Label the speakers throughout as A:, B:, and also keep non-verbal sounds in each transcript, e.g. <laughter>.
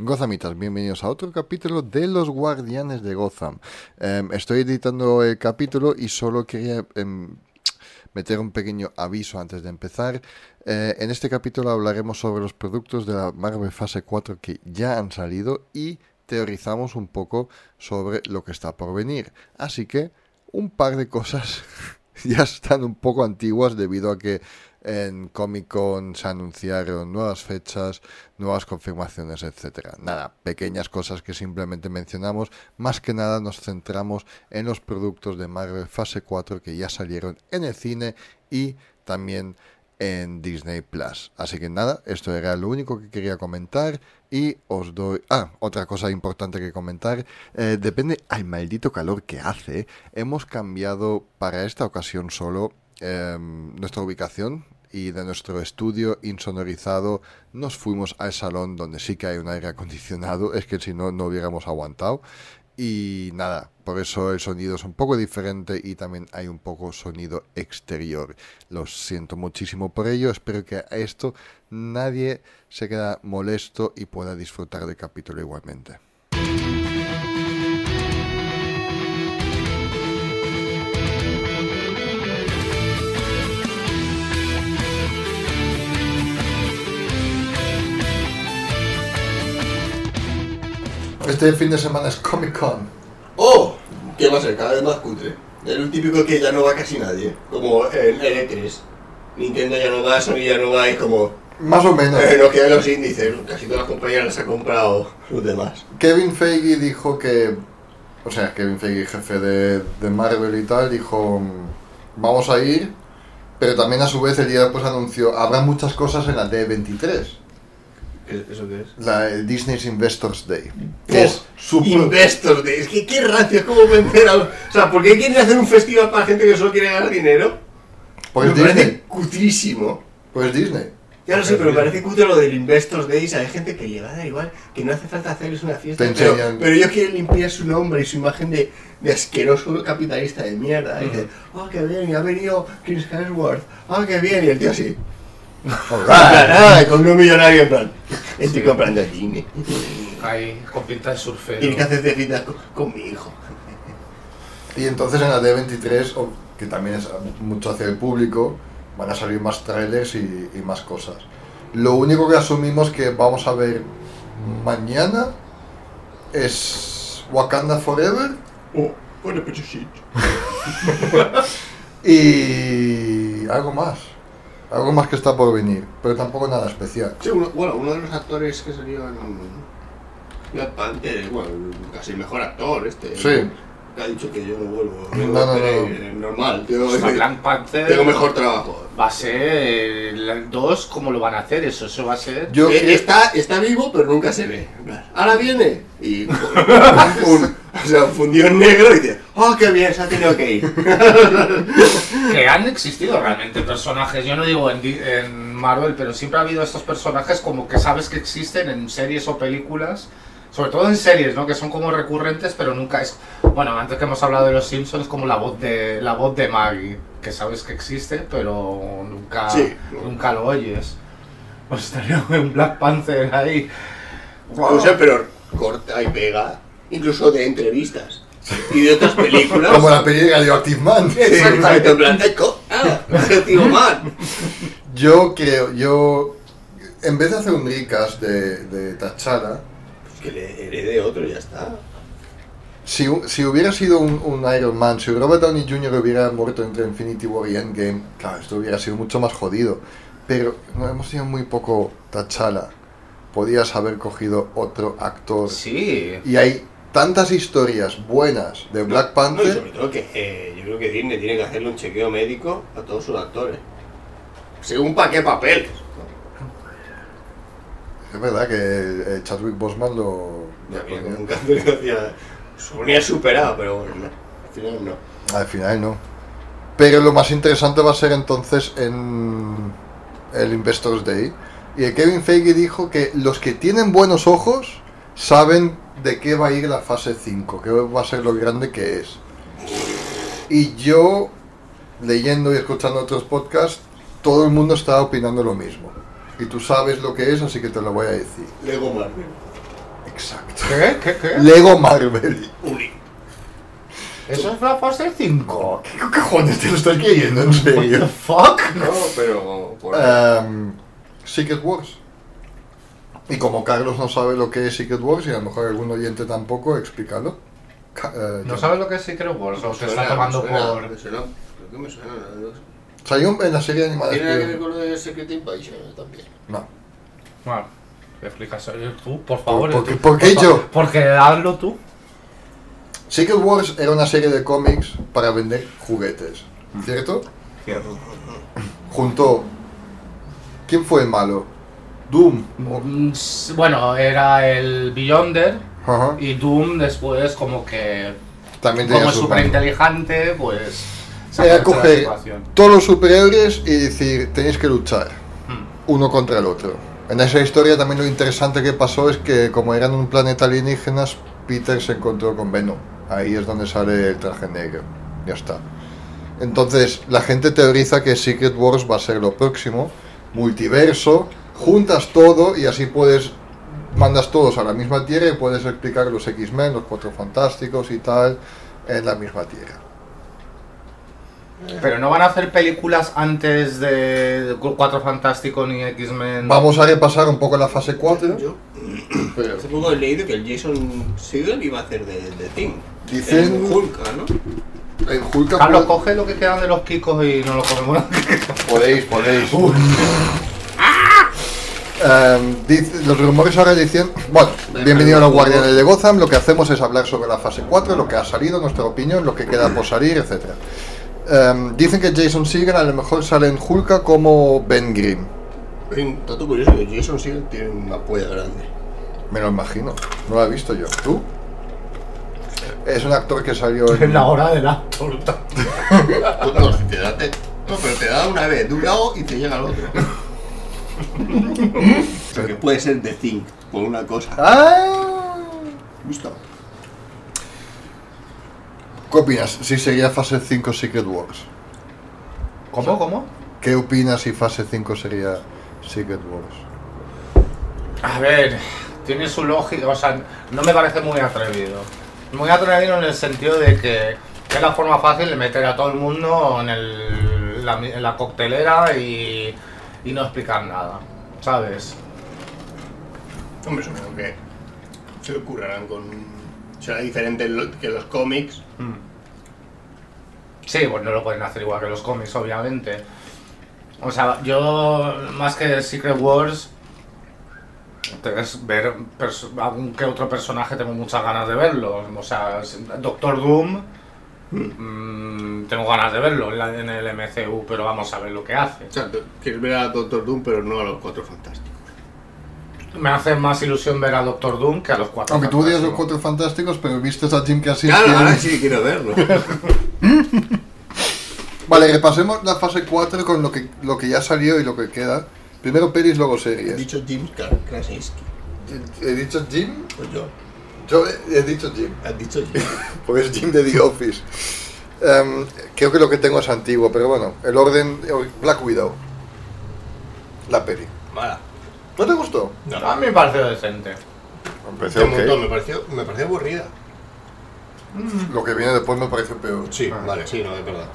A: Gozamitas, bienvenidos a otro capítulo de Los Guardianes de Gotham. Em, estoy editando el capítulo y solo quería em, meter un pequeño aviso antes de empezar. Eh, en este capítulo hablaremos sobre los productos de la Marvel Fase 4 que ya han salido y teorizamos un poco sobre lo que está por venir. Así que un par de cosas <laughs> ya están un poco antiguas debido a que en Comic Con se anunciaron nuevas fechas, nuevas confirmaciones, etcétera. Nada, pequeñas cosas que simplemente mencionamos. Más que nada nos centramos en los productos de Marvel Fase 4 que ya salieron en el cine y también en Disney Plus. Así que nada, esto era lo único que quería comentar y os doy... Ah, otra cosa importante que comentar. eh, depende al maldito calor que hace. Hemos cambiado para esta ocasión solo em, nuestra ubicación y de nuestro estudio insonorizado nos fuimos al salón donde sí que hay un aire acondicionado. Es que si no, no hubiéramos aguantado. Y nada, por eso el sonido es un poco diferente y también hay un poco sonido exterior. Lo siento muchísimo por ello, espero que a esto nadie se queda molesto y pueda disfrutar del capítulo igualmente. Este fin de semana es Comic Con.
B: ¡Oh! Que va a ser cada vez más cutre. Es un típico que ya no va casi nadie. Como el E3. Nintendo ya no va, Sony ya no va, y como.
A: Más o menos.
B: Eh, nos quedan los índices. Casi todas las compañías las ha comprado los demás.
A: Kevin Feige dijo que. O sea, Kevin Feige, jefe de, de Marvel y tal, dijo: mm, Vamos a ir. Pero también a su vez el día después anunció: Habrá muchas cosas en la D23,
B: ¿Eso qué es?
A: la el Disney's Investors Day.
B: Oh,
A: Que es su. pro-
B: Investors Day. Es que qué racio, es como vender a. O sea, ¿por qué quieren hacer un festival para gente que solo quiere ganar dinero?
A: Pues
B: me parece
A: Disney.
B: cutrísimo.
A: Pues Disney.
B: Ya lo sé, pero me parece cutre lo del Investors Days. Hay gente que le va a dar igual, que no hace falta hacerles una fiesta.
A: Te
B: pero,
A: enseñan.
B: pero ellos quieren limpiar su nombre y su imagen de, de asqueroso capitalista de mierda. Y dice, oh, qué bien, y ha venido Chris Hemsworth. Oh, qué bien. Y el tío así.
A: All right.
B: En plan, "Ah, con un millonario en plan. Estoy comprando cine.
C: Ahí, con pinta de surfero.
B: Tienes que hacerte citas con, con mi hijo.
A: Y entonces en la D23, o- que también es mucho hacia el público, van a salir más trailers y, y más cosas. Lo único que asumimos que vamos a ver mañana es Wakanda Forever
B: Oh, bueno, pero sí.
A: y algo más. Algo más que está por venir, pero tampoco nada especial.
B: Sí, uno, bueno, uno de los actores que salió en Black Panther, bueno, casi el mejor actor este.
A: Sí.
B: Ha dicho que yo no vuelvo.
A: No, no, no.
B: Eh, Normal. Tengo,
C: O sea, Black Panther
B: tengo mejor trabajo.
C: va a ser el 2, ¿cómo lo van a hacer eso? Eso va a ser...
A: Yo
B: Eh,
A: que-
B: está, está vivo, pero nunca se ve. En plan, Ahora viene. <laughs> Y un- o sea, fundió en negro y dice, oh, qué bien, se ha tenido que <laughs> ir.
C: Que han existido realmente personajes, yo no digo en, Di- en Marvel, pero siempre ha habido estos personajes como que sabes que existen en series o películas, sobre todo en series, ¿no? Que son como recurrentes, pero nunca es... Bueno, antes que hemos hablado de los Simpsons, como la voz de, la voz de Maggie, que sabes que existe, pero nunca,
B: Sí.
C: nunca lo oyes. Pues estaría <laughs> un Black Panther ahí.
B: O sea, pero corta y pega. Incluso de entrevistas. Y de otras películas.
A: Como la película de Active Man.
B: Exacto, en plan, "Ay, co- ah, ese tío mal.
A: Yo creo, yo... En vez de hacer un recast de, de T'Challa,
B: Pues que le herede otro y ya está.
A: Si, hu- si hubiera sido un, un Iron Man, si Robert Downey Jr. hubiera muerto entre Infinity War y Endgame, claro, esto hubiera sido mucho más jodido. Pero no hemos tenido muy poco tachala. Podías haber cogido otro actor.
C: Sí,
A: Y hay tantas historias buenas de Black
B: No, y
A: Panther.
B: sobre todo que eh, yo creo que Disney tiene que hacerle un chequeo médico a todos sus actores. Según para qué papel.
A: Es verdad que eh, Chadwick Boseman lo... lo
B: Ya mira,
A: ponía.
B: como un cáncer que hacía- Suponía superado, pero bueno, no. Al final no.
A: Al final no. Pero lo más interesante va a ser entonces en el Investors Day. Y el Kevin Feige dijo que los que tienen buenos ojos saben de qué va a ir la fase 5, que va a ser lo grande que es. Y yo, leyendo y escuchando otros podcasts, todo el mundo está opinando lo mismo. Y tú sabes lo que es, así que te lo voy a decir.
B: Lego Marvel.
A: Exacto.
C: ¿Qué? ¿Qué? ¿Qué?
A: Lego Marvel. <laughs>
C: Eso es Black Force 5.
A: Oh, ¿Qué cojones te lo estás creyendo, en
C: What the
A: serio?
C: fuck?
B: No, pero. por-
A: Em, Secret Wars. Y como Carlos no sabe lo que es Secret Wars, y a lo mejor algún oyente tampoco, explícalo. Ca- eh,
C: ¿No
A: yo-
C: sabes lo que es Secret Wars? O te
B: Suena,
C: está tomando
B: suena,
C: por.
B: me suena. Creo que me suena. ¿no?
A: Salió en la serie animada.
B: ¿Tiene nada que ver
A: Spider-Man.
B: con lo de Secret Invasion también?
A: No.
C: Bueno, explicas tú, por favor. eh,
A: ¿Por qué-
C: tú.
A: por qué
C: fa-
A: yo?
C: Porque hazlo tú.
A: Secret Wars era una serie de cómics para vender juguetes, ¿cierto? Junto. ¿Quién fue el malo? Doom. o-
C: Mm, s- Bueno, era el Beyonder
A: Ajá.
C: y Doom después como que...
A: También tenía
C: Como
A: sus
C: súper
A: manos.
C: inteligente, pues... se
A: Era
C: aprovechó de la
A: coger
C: situación.
A: todos los superhéroes y decir, tenéis que luchar
C: Mm.
A: uno contra el otro. En esa historia también lo interesante que pasó es que como eran un planeta alienígenas, Peter se encontró con Venom. Ahí es donde sale el traje negro. Ya está. Entonces, la gente teoriza que Secret Wars va a ser lo próximo. Multiverso, juntas todo y así puedes, mandas todos a la misma tierra y puedes explicar los X-Men, los Cuatro Fantásticos y tal, en la misma tierra.
C: Pero no van a hacer películas antes de Cuatro Fantásticos ni X-Men.
A: Vamos a repasar un poco la fase 4.
B: Yo. Pero hace poco he leído que el Jason Segel iba a hacer de, de Thing.
A: Dicen-
B: El Hulk, ¿no?
A: En Hulk puede-
C: Carlos, coge lo que quedan de los Kikos y no lo comemos. <laughs>
A: podéis, podéis. Em, dice- los rumores ahora dicen, bueno, bienvenido a los Guardianes de Gotham, lo que hacemos es hablar sobre la fase 4, lo que ha salido, nuestra opinión, lo que queda por salir, etc. Em, dicen que Jason Segel a lo mejor sale en Hulka como Ben Grimm,
B: Hay un dato curioso que Jason Segel tiene una polla grande.
A: me lo imagino, no lo he visto yo, ¿tú? Es un actor que salió en...
C: hora de <laughs> la torta.
B: No, no, si te da, te- no, pero te da una vez de un lado y te llega al otro. Porque puede ser de Think, por una cosa.
A: ¡Ah!
B: ¿Visto?
A: ¿Qué opinas? Si sería fase 5 Secret Wars.
C: ¿Cómo? ¿Cómo?
A: ¿Qué opinas si fase 5 sería Secret Wars?
C: A ver, tiene su lógica, o sea, no me parece muy atrevido. Muy atrevido en el sentido de que es la forma fácil de meter a todo el mundo en, el- la, mi- en la coctelera y, y no explicar nada, ¿sabes?
B: Hombre, supongo que se lo currarán con. Será diferente lo- que los cómics.
C: Mm. Sí, pues no lo pueden hacer igual que los cómics, obviamente. O sea, yo más que Secret Wars, es ver perso- algún que otro personaje tengo muchas ganas de verlo. O sea, Doctor Doom, mm, tengo ganas de verlo en, la- en el MCU, pero vamos a ver lo que hace.
B: O sea, quieres ver a Doctor Doom, pero no a los cuatro fantásticos.
C: Me hace más ilusión ver a Doctor Doom que a los cuatro.
A: Aunque tú odias los
C: Fantásticos.
A: cuatro fantásticos, pero viste a Jim Cassidy.
B: Claro, ahora sí quiero <laughs> verlo.
A: Vale, repasemos la fase 4 con lo que, lo que ya salió y lo que queda. Primero pelis, luego series.
B: Dicho Jim Kar- Krasinski.
A: ¿He dicho Jim?
B: Pues yo.
A: Yo he he dicho Jim.
B: Has dicho Jim.
A: Porque es Jim de The Office. Em, creo que lo que tengo es antiguo, pero bueno. El orden. Black Widow. La peli.
B: Mala. Ah,
A: ¿No te gustó?
B: No,
C: A mí me pareció decente.
A: Empecé
B: De un montón, me pareció, me pareció aburrida.
A: Lo que viene después me parece peor.
B: Sí, vale, sí, no, es <laughs> verdad.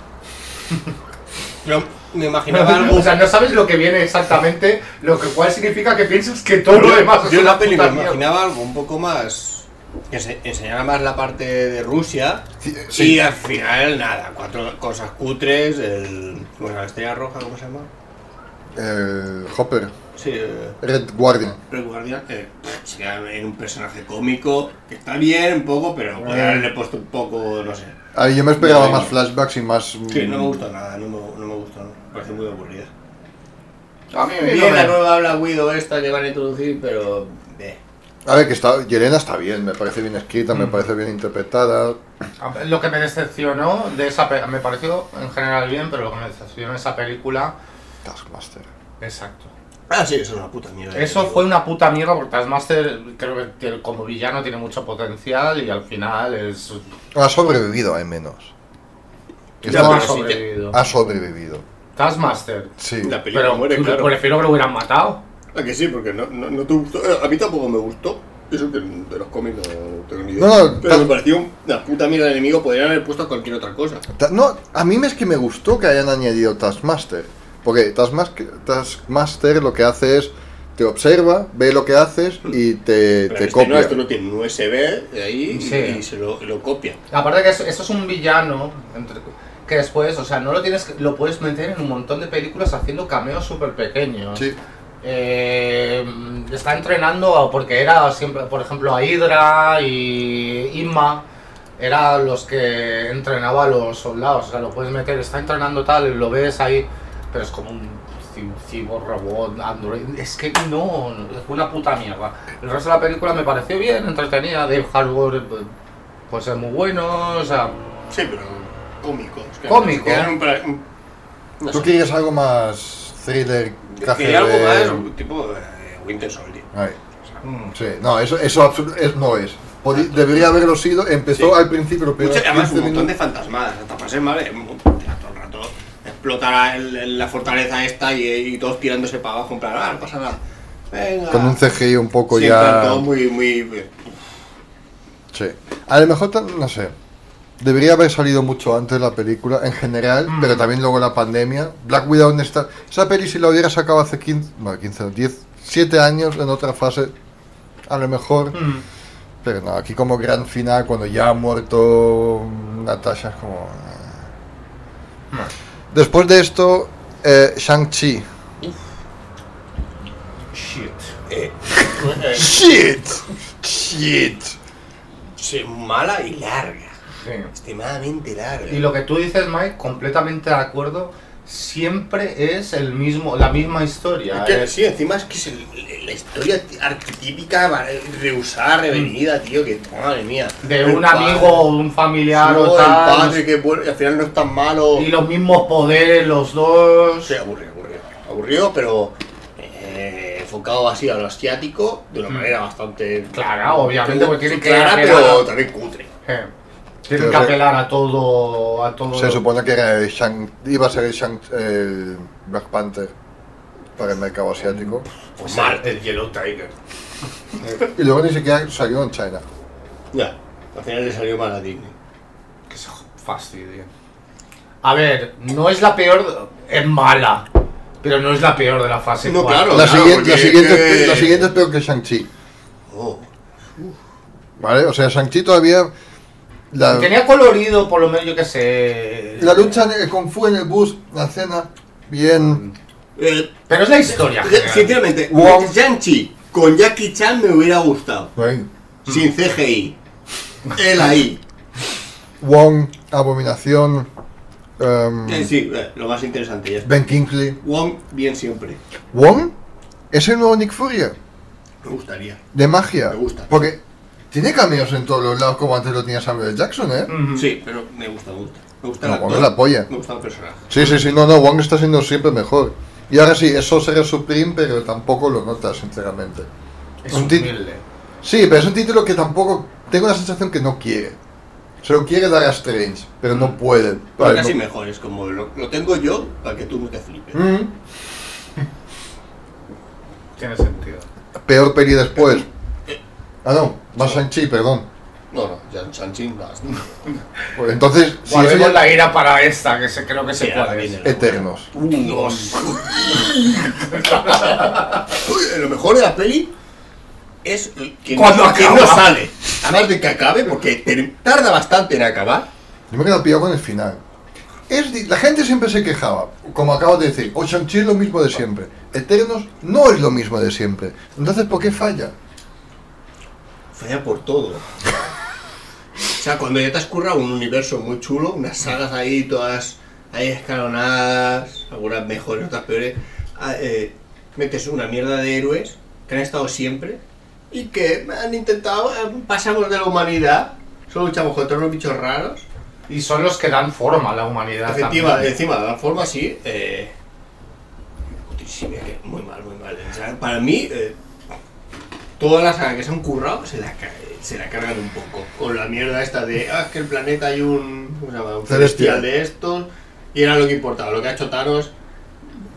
B: Yo me <laughs> imaginaba algo.
C: O sea, no sabes lo que viene exactamente, lo que cual significa que piensas que todo lo demás
B: yo
C: es
B: en
C: una
B: la peli me
C: puta mierda.
B: imaginaba algo un poco más. que se enseñara más la parte de Rusia.
A: Sí,
B: Y al final, nada, cuatro cosas cutres. El, bueno, la estrella roja, ¿cómo se llama?
A: Eh, Hopper.
B: Sí, eh,
A: Red Guardian.
B: Red Guardian. eh, se queda en un personaje cómico que está bien un poco, pero podría
C: Eh.
B: haberle puesto un poco, no sé.
A: Ahí yo me esperaba
B: No,
A: más
B: no.
A: flashbacks y más.
B: Sí, no me gusta nada, no me, no me gusta, me parece muy aburrida.
C: A mí me
B: Bien, la
C: no
B: nueva habla Guido esta que van a introducir, pero. eh.
A: A ver, que está, Yelena está bien, me parece bien escrita,
B: Mm.
A: me parece bien interpretada.
C: me- Lo que me decepcionó de esa pe- me pareció en general bien, pero lo que me decepcionó de esa película,
A: Taskmaster.
C: exacto.
B: Ah, sí, eso es una puta mierda.
C: Eso fue una puta mierda porque Taskmaster creo que tiene- como villano tiene mucho potencial y al final es
A: Ha sobrevivido, al menos.
B: Ya,
A: Está-
C: no ha
B: pero sí que-
C: sobrevivido.
A: ha sobrevivido,
C: Taskmaster.
A: sí.
B: La película
C: Pero
B: muere, claro. Ah,
C: prefiero que lo hubieran matado.
B: ¿A que sí? Porque no, no, no te gustó. Eh, A mí tampoco me gustó. Eso que de los cómics no tengo ni idea.
A: No, no,
B: pero
A: ta-
B: me pareció una puta mierda de enemigo. Podrían haber puesto a cualquier otra cosa.
A: Ta- No, a mí es que me gustó que hayan añadido Taskmaster. Porque Taskmas- Taskmaster lo que hace es te observa, ve lo que haces y te,
B: Pero
A: te
B: este
A: copia.
B: No, esto lo tiene un USB de ahí y-
C: Sí.
B: y, se lo, lo copia.
C: Aparte que eso, eso es un villano entre- que después, o sea, no lo tienes, que- lo puedes meter en un montón de películas haciendo cameos súper pequeños.
A: Sí.
C: Eh, está entrenando a- porque era siempre, por ejemplo, a Hydra y Inma era los que entrenaba a los soldados. O sea, lo puedes meter, está entrenando tal, lo ves ahí, pero es como un ci- cyborg robot, android. Es que no, es una puta mierda. El resto de la película me pareció bien, entretenida. Dave Harbour, pues es muy bueno, o sea,
B: Sí, pero cómicos.
C: Cómico.
B: Quedaron para- no
A: Tú
B: sé.
A: quieres algo más thriller, caja
B: Quería algo
A: de-
B: más tipo eh, Winter Soldier.
A: Ay,
C: mm,
A: sí, no, eso, eso absolu- es- no es. Podi- debería haberlo sido, empezó
B: Ah. Sí.
A: al principio, los primeros
B: Mucho- además,
A: 15
B: un montón de
A: minutos.
B: fantasmadas. Hasta para ser mal, eh, tira todo el rato explotará el- el- la fortaleza esta y, y todos tirándose para abajo. En plan, ah, no pasa nada. Venga.
A: Con un CGI un poco
B: Sí, en plan,
A: ya...
B: todo muy, muy.
A: Sí. A lo mejor, tan- no sé. Debería haber salido mucho antes la película en general,
B: Mm.
A: pero también luego la pandemia. Black Widow ¿dónde está. Esa peli si la hubiera sacado hace 15, no, 15, no, 10, 7 años en otra fase, a lo mejor.
C: mm.
A: Pero no, aquí como gran final, cuando ya ha muerto Natasha, es como... eh. Después de esto, eh, Shang-Chi.
C: Shit.
B: Eh,
A: Shit. Shit.
B: sí, mala y larga.
C: Sí.
B: Extremadamente larga.
C: Y lo que tú dices, Mike, completamente de acuerdo. Siempre es el mismo, la misma
B: Es
C: historia.
B: que
C: Es-
B: sí, encima es que es el- la historia ti- arquetípica, va- rehusada, revenida, tío, que madre mía.
C: Mm. de
B: El
C: un
B: padre,
C: amigo o un familiar
B: luego
C: o
B: el
C: tal.
B: padre que vuelve- al final no es tan malo.
C: Y los mismos poderes, los dos.
B: Sí, aburrido, aburrido. Aburrido, pero eh, enfocado así a lo asiático de una
C: Mm.
B: manera bastante
C: Clara, obviamente, porque tienen que
B: clara,
C: apelar
B: pero
C: a-
B: también cutre.
C: Eh, Tienen
A: Pero
C: que
A: re-
C: apelar a todo. A todo
A: Se supone que era el Shang, iba a ser el Shang, el Black Panther para el mercado asiático.
B: Pues
C: mal.
B: el Yellow Tiger.
A: Y luego ni siquiera salió en China.
B: Ya, al final le salió mal a Disney.
C: Que se fastidie. A ver, no es la peor. Es mala. Pero no es la peor de la fase.
B: No,
C: cuatro.
B: claro.
A: La, siguiente, la,
B: porque-
A: siguiente, es pe- la siguiente es peor que Shang-Chi.
B: Oh.
A: ¿Vale? O sea, Shang-Chi todavía. La,
C: Tenía colorido, por lo menos, yo que sé.
A: la lucha de Kung Fu en el bus, la cena, bien.
B: Eh,
C: Pero es la historia.
B: Eh,
C: general.
B: Sinceramente,
A: Wong.
B: Shang-Chi con Jackie Chan me hubiera gustado.
A: bien.
C: Mm.
B: Sin CGI. Él ahí.
A: Wong, Abominación, em,
B: Eh, Sí, eh, lo más interesante ya está.
A: Ben Kingsley.
B: Wong, bien siempre.
A: ¿Wong? ¿Es el nuevo Nick Fury?
B: Me gustaría.
A: De magia.
B: Me gusta.
A: Porque tiene cameos en todos los lados, como antes lo tenía Samuel L. Jackson, ¿eh?
C: Ujú.
B: Sí, pero me gusta, me gusta. Me gusta el
A: No,
B: actor,
A: Wong es la polla.
B: Me gusta el personaje.
A: Sí, sí, sí, no, no, Wong está siendo siempre mejor. Y ahora sí, eso será Supreme, pero tampoco lo notas, sinceramente.
C: Es
A: Un tit-
C: humilde.
A: Sí, pero es un título que tampoco. Tengo la sensación que no quiere. Se lo quiere dar a Strange, pero no puede.
B: Pero
A: Vale,
B: casi
A: no-
B: mejor, es como lo, lo tengo yo para que tú no te flipes.
A: Mm.
C: Tiene sentido.
A: Peor peli después.
B: eh,
A: Ah, no, más Shang-Chi, perdón.
B: No, no, ya Shang-Chi no.
A: Pues Entonces, si eso
C: Guardemos
A: ya-
C: la ira para esta, que se, creo que se
B: Sí, ahora
C: puede.
B: viene la-
A: Eternos.
B: Dios. Uy, lo mejor de la peli es que
C: Cuando
B: que
C: acaba.
B: no sale. Además de que acabe, porque te- tarda bastante en acabar.
A: Yo me he quedado pillado con el final. Es di- la gente siempre se quejaba, como acabo de decir, o Shang-Chi es lo mismo de siempre. Eternos no es lo mismo de siempre. Entonces, ¿por qué falla?
B: Falla por todo. O sea, cuando ya te has currado un universo muy chulo, unas sagas ahí todas ahí escalonadas, algunas mejores, otras peores, a- eh, metes una mierda de héroes que han estado siempre y que han intentado, eh, pasamos de la humanidad, solo luchamos contra unos bichos raros.
C: Y son los que dan forma a la humanidad.
B: Efectiva,
C: también.
B: encima, de la forma sí. Eh, sí, me quedé muy mal, muy mal. O sea, para mí, eh, todas las sagas que se han currado se la, ca- se la cargan un poco. Con la mierda esta de, ah, es que el planeta hay un, ¿cómo se llama? un
A: Celestial.
B: celestial de estos. Y era lo que importaba, lo que ha hecho Thanos.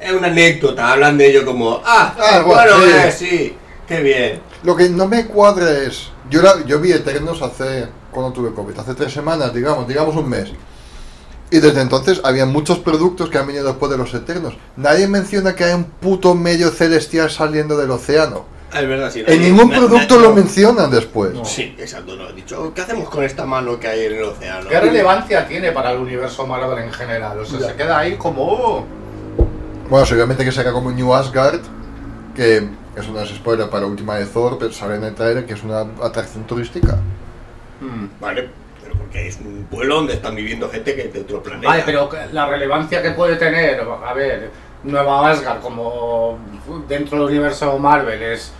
B: Es una anécdota, hablan de ello como, ah,
A: Ah,
B: bueno,
A: bueno, sí.
B: eh, sí, qué bien.
A: Lo que no me cuadra es. Yo, la- yo vi Eternos hace. cuando tuve COVID? Hace tres semanas, digamos, digamos un mes. Y desde entonces había muchos productos que han venido después de los Eternos. Nadie menciona que hay un puto medio celestial saliendo del océano.
B: Ah, es verdad, sí.
A: En
B: nadie-
A: ningún
B: na-
A: producto
B: na-
A: lo
B: no.
A: mencionan después.
B: Sí, exacto, no he dicho. "Oh, ¿Qué hacemos con esta mano que hay en el océano?
C: ¿Qué relevancia tiene para el universo Marvel en general? O sea,
D: Ya.
C: se queda ahí como. "Oh".
A: Bueno, seguramente que saca como New Asgard, que eso no es spoiler para la última de Thor, pero sale en el trailer que es una atracción turística.
C: Hmm.
B: Vale, pero porque es un pueblo donde están viviendo gente que es de otro planeta.
C: Vale, pero que- la relevancia que puede tener, a ver, Nueva Asgard como dentro del universo Marvel es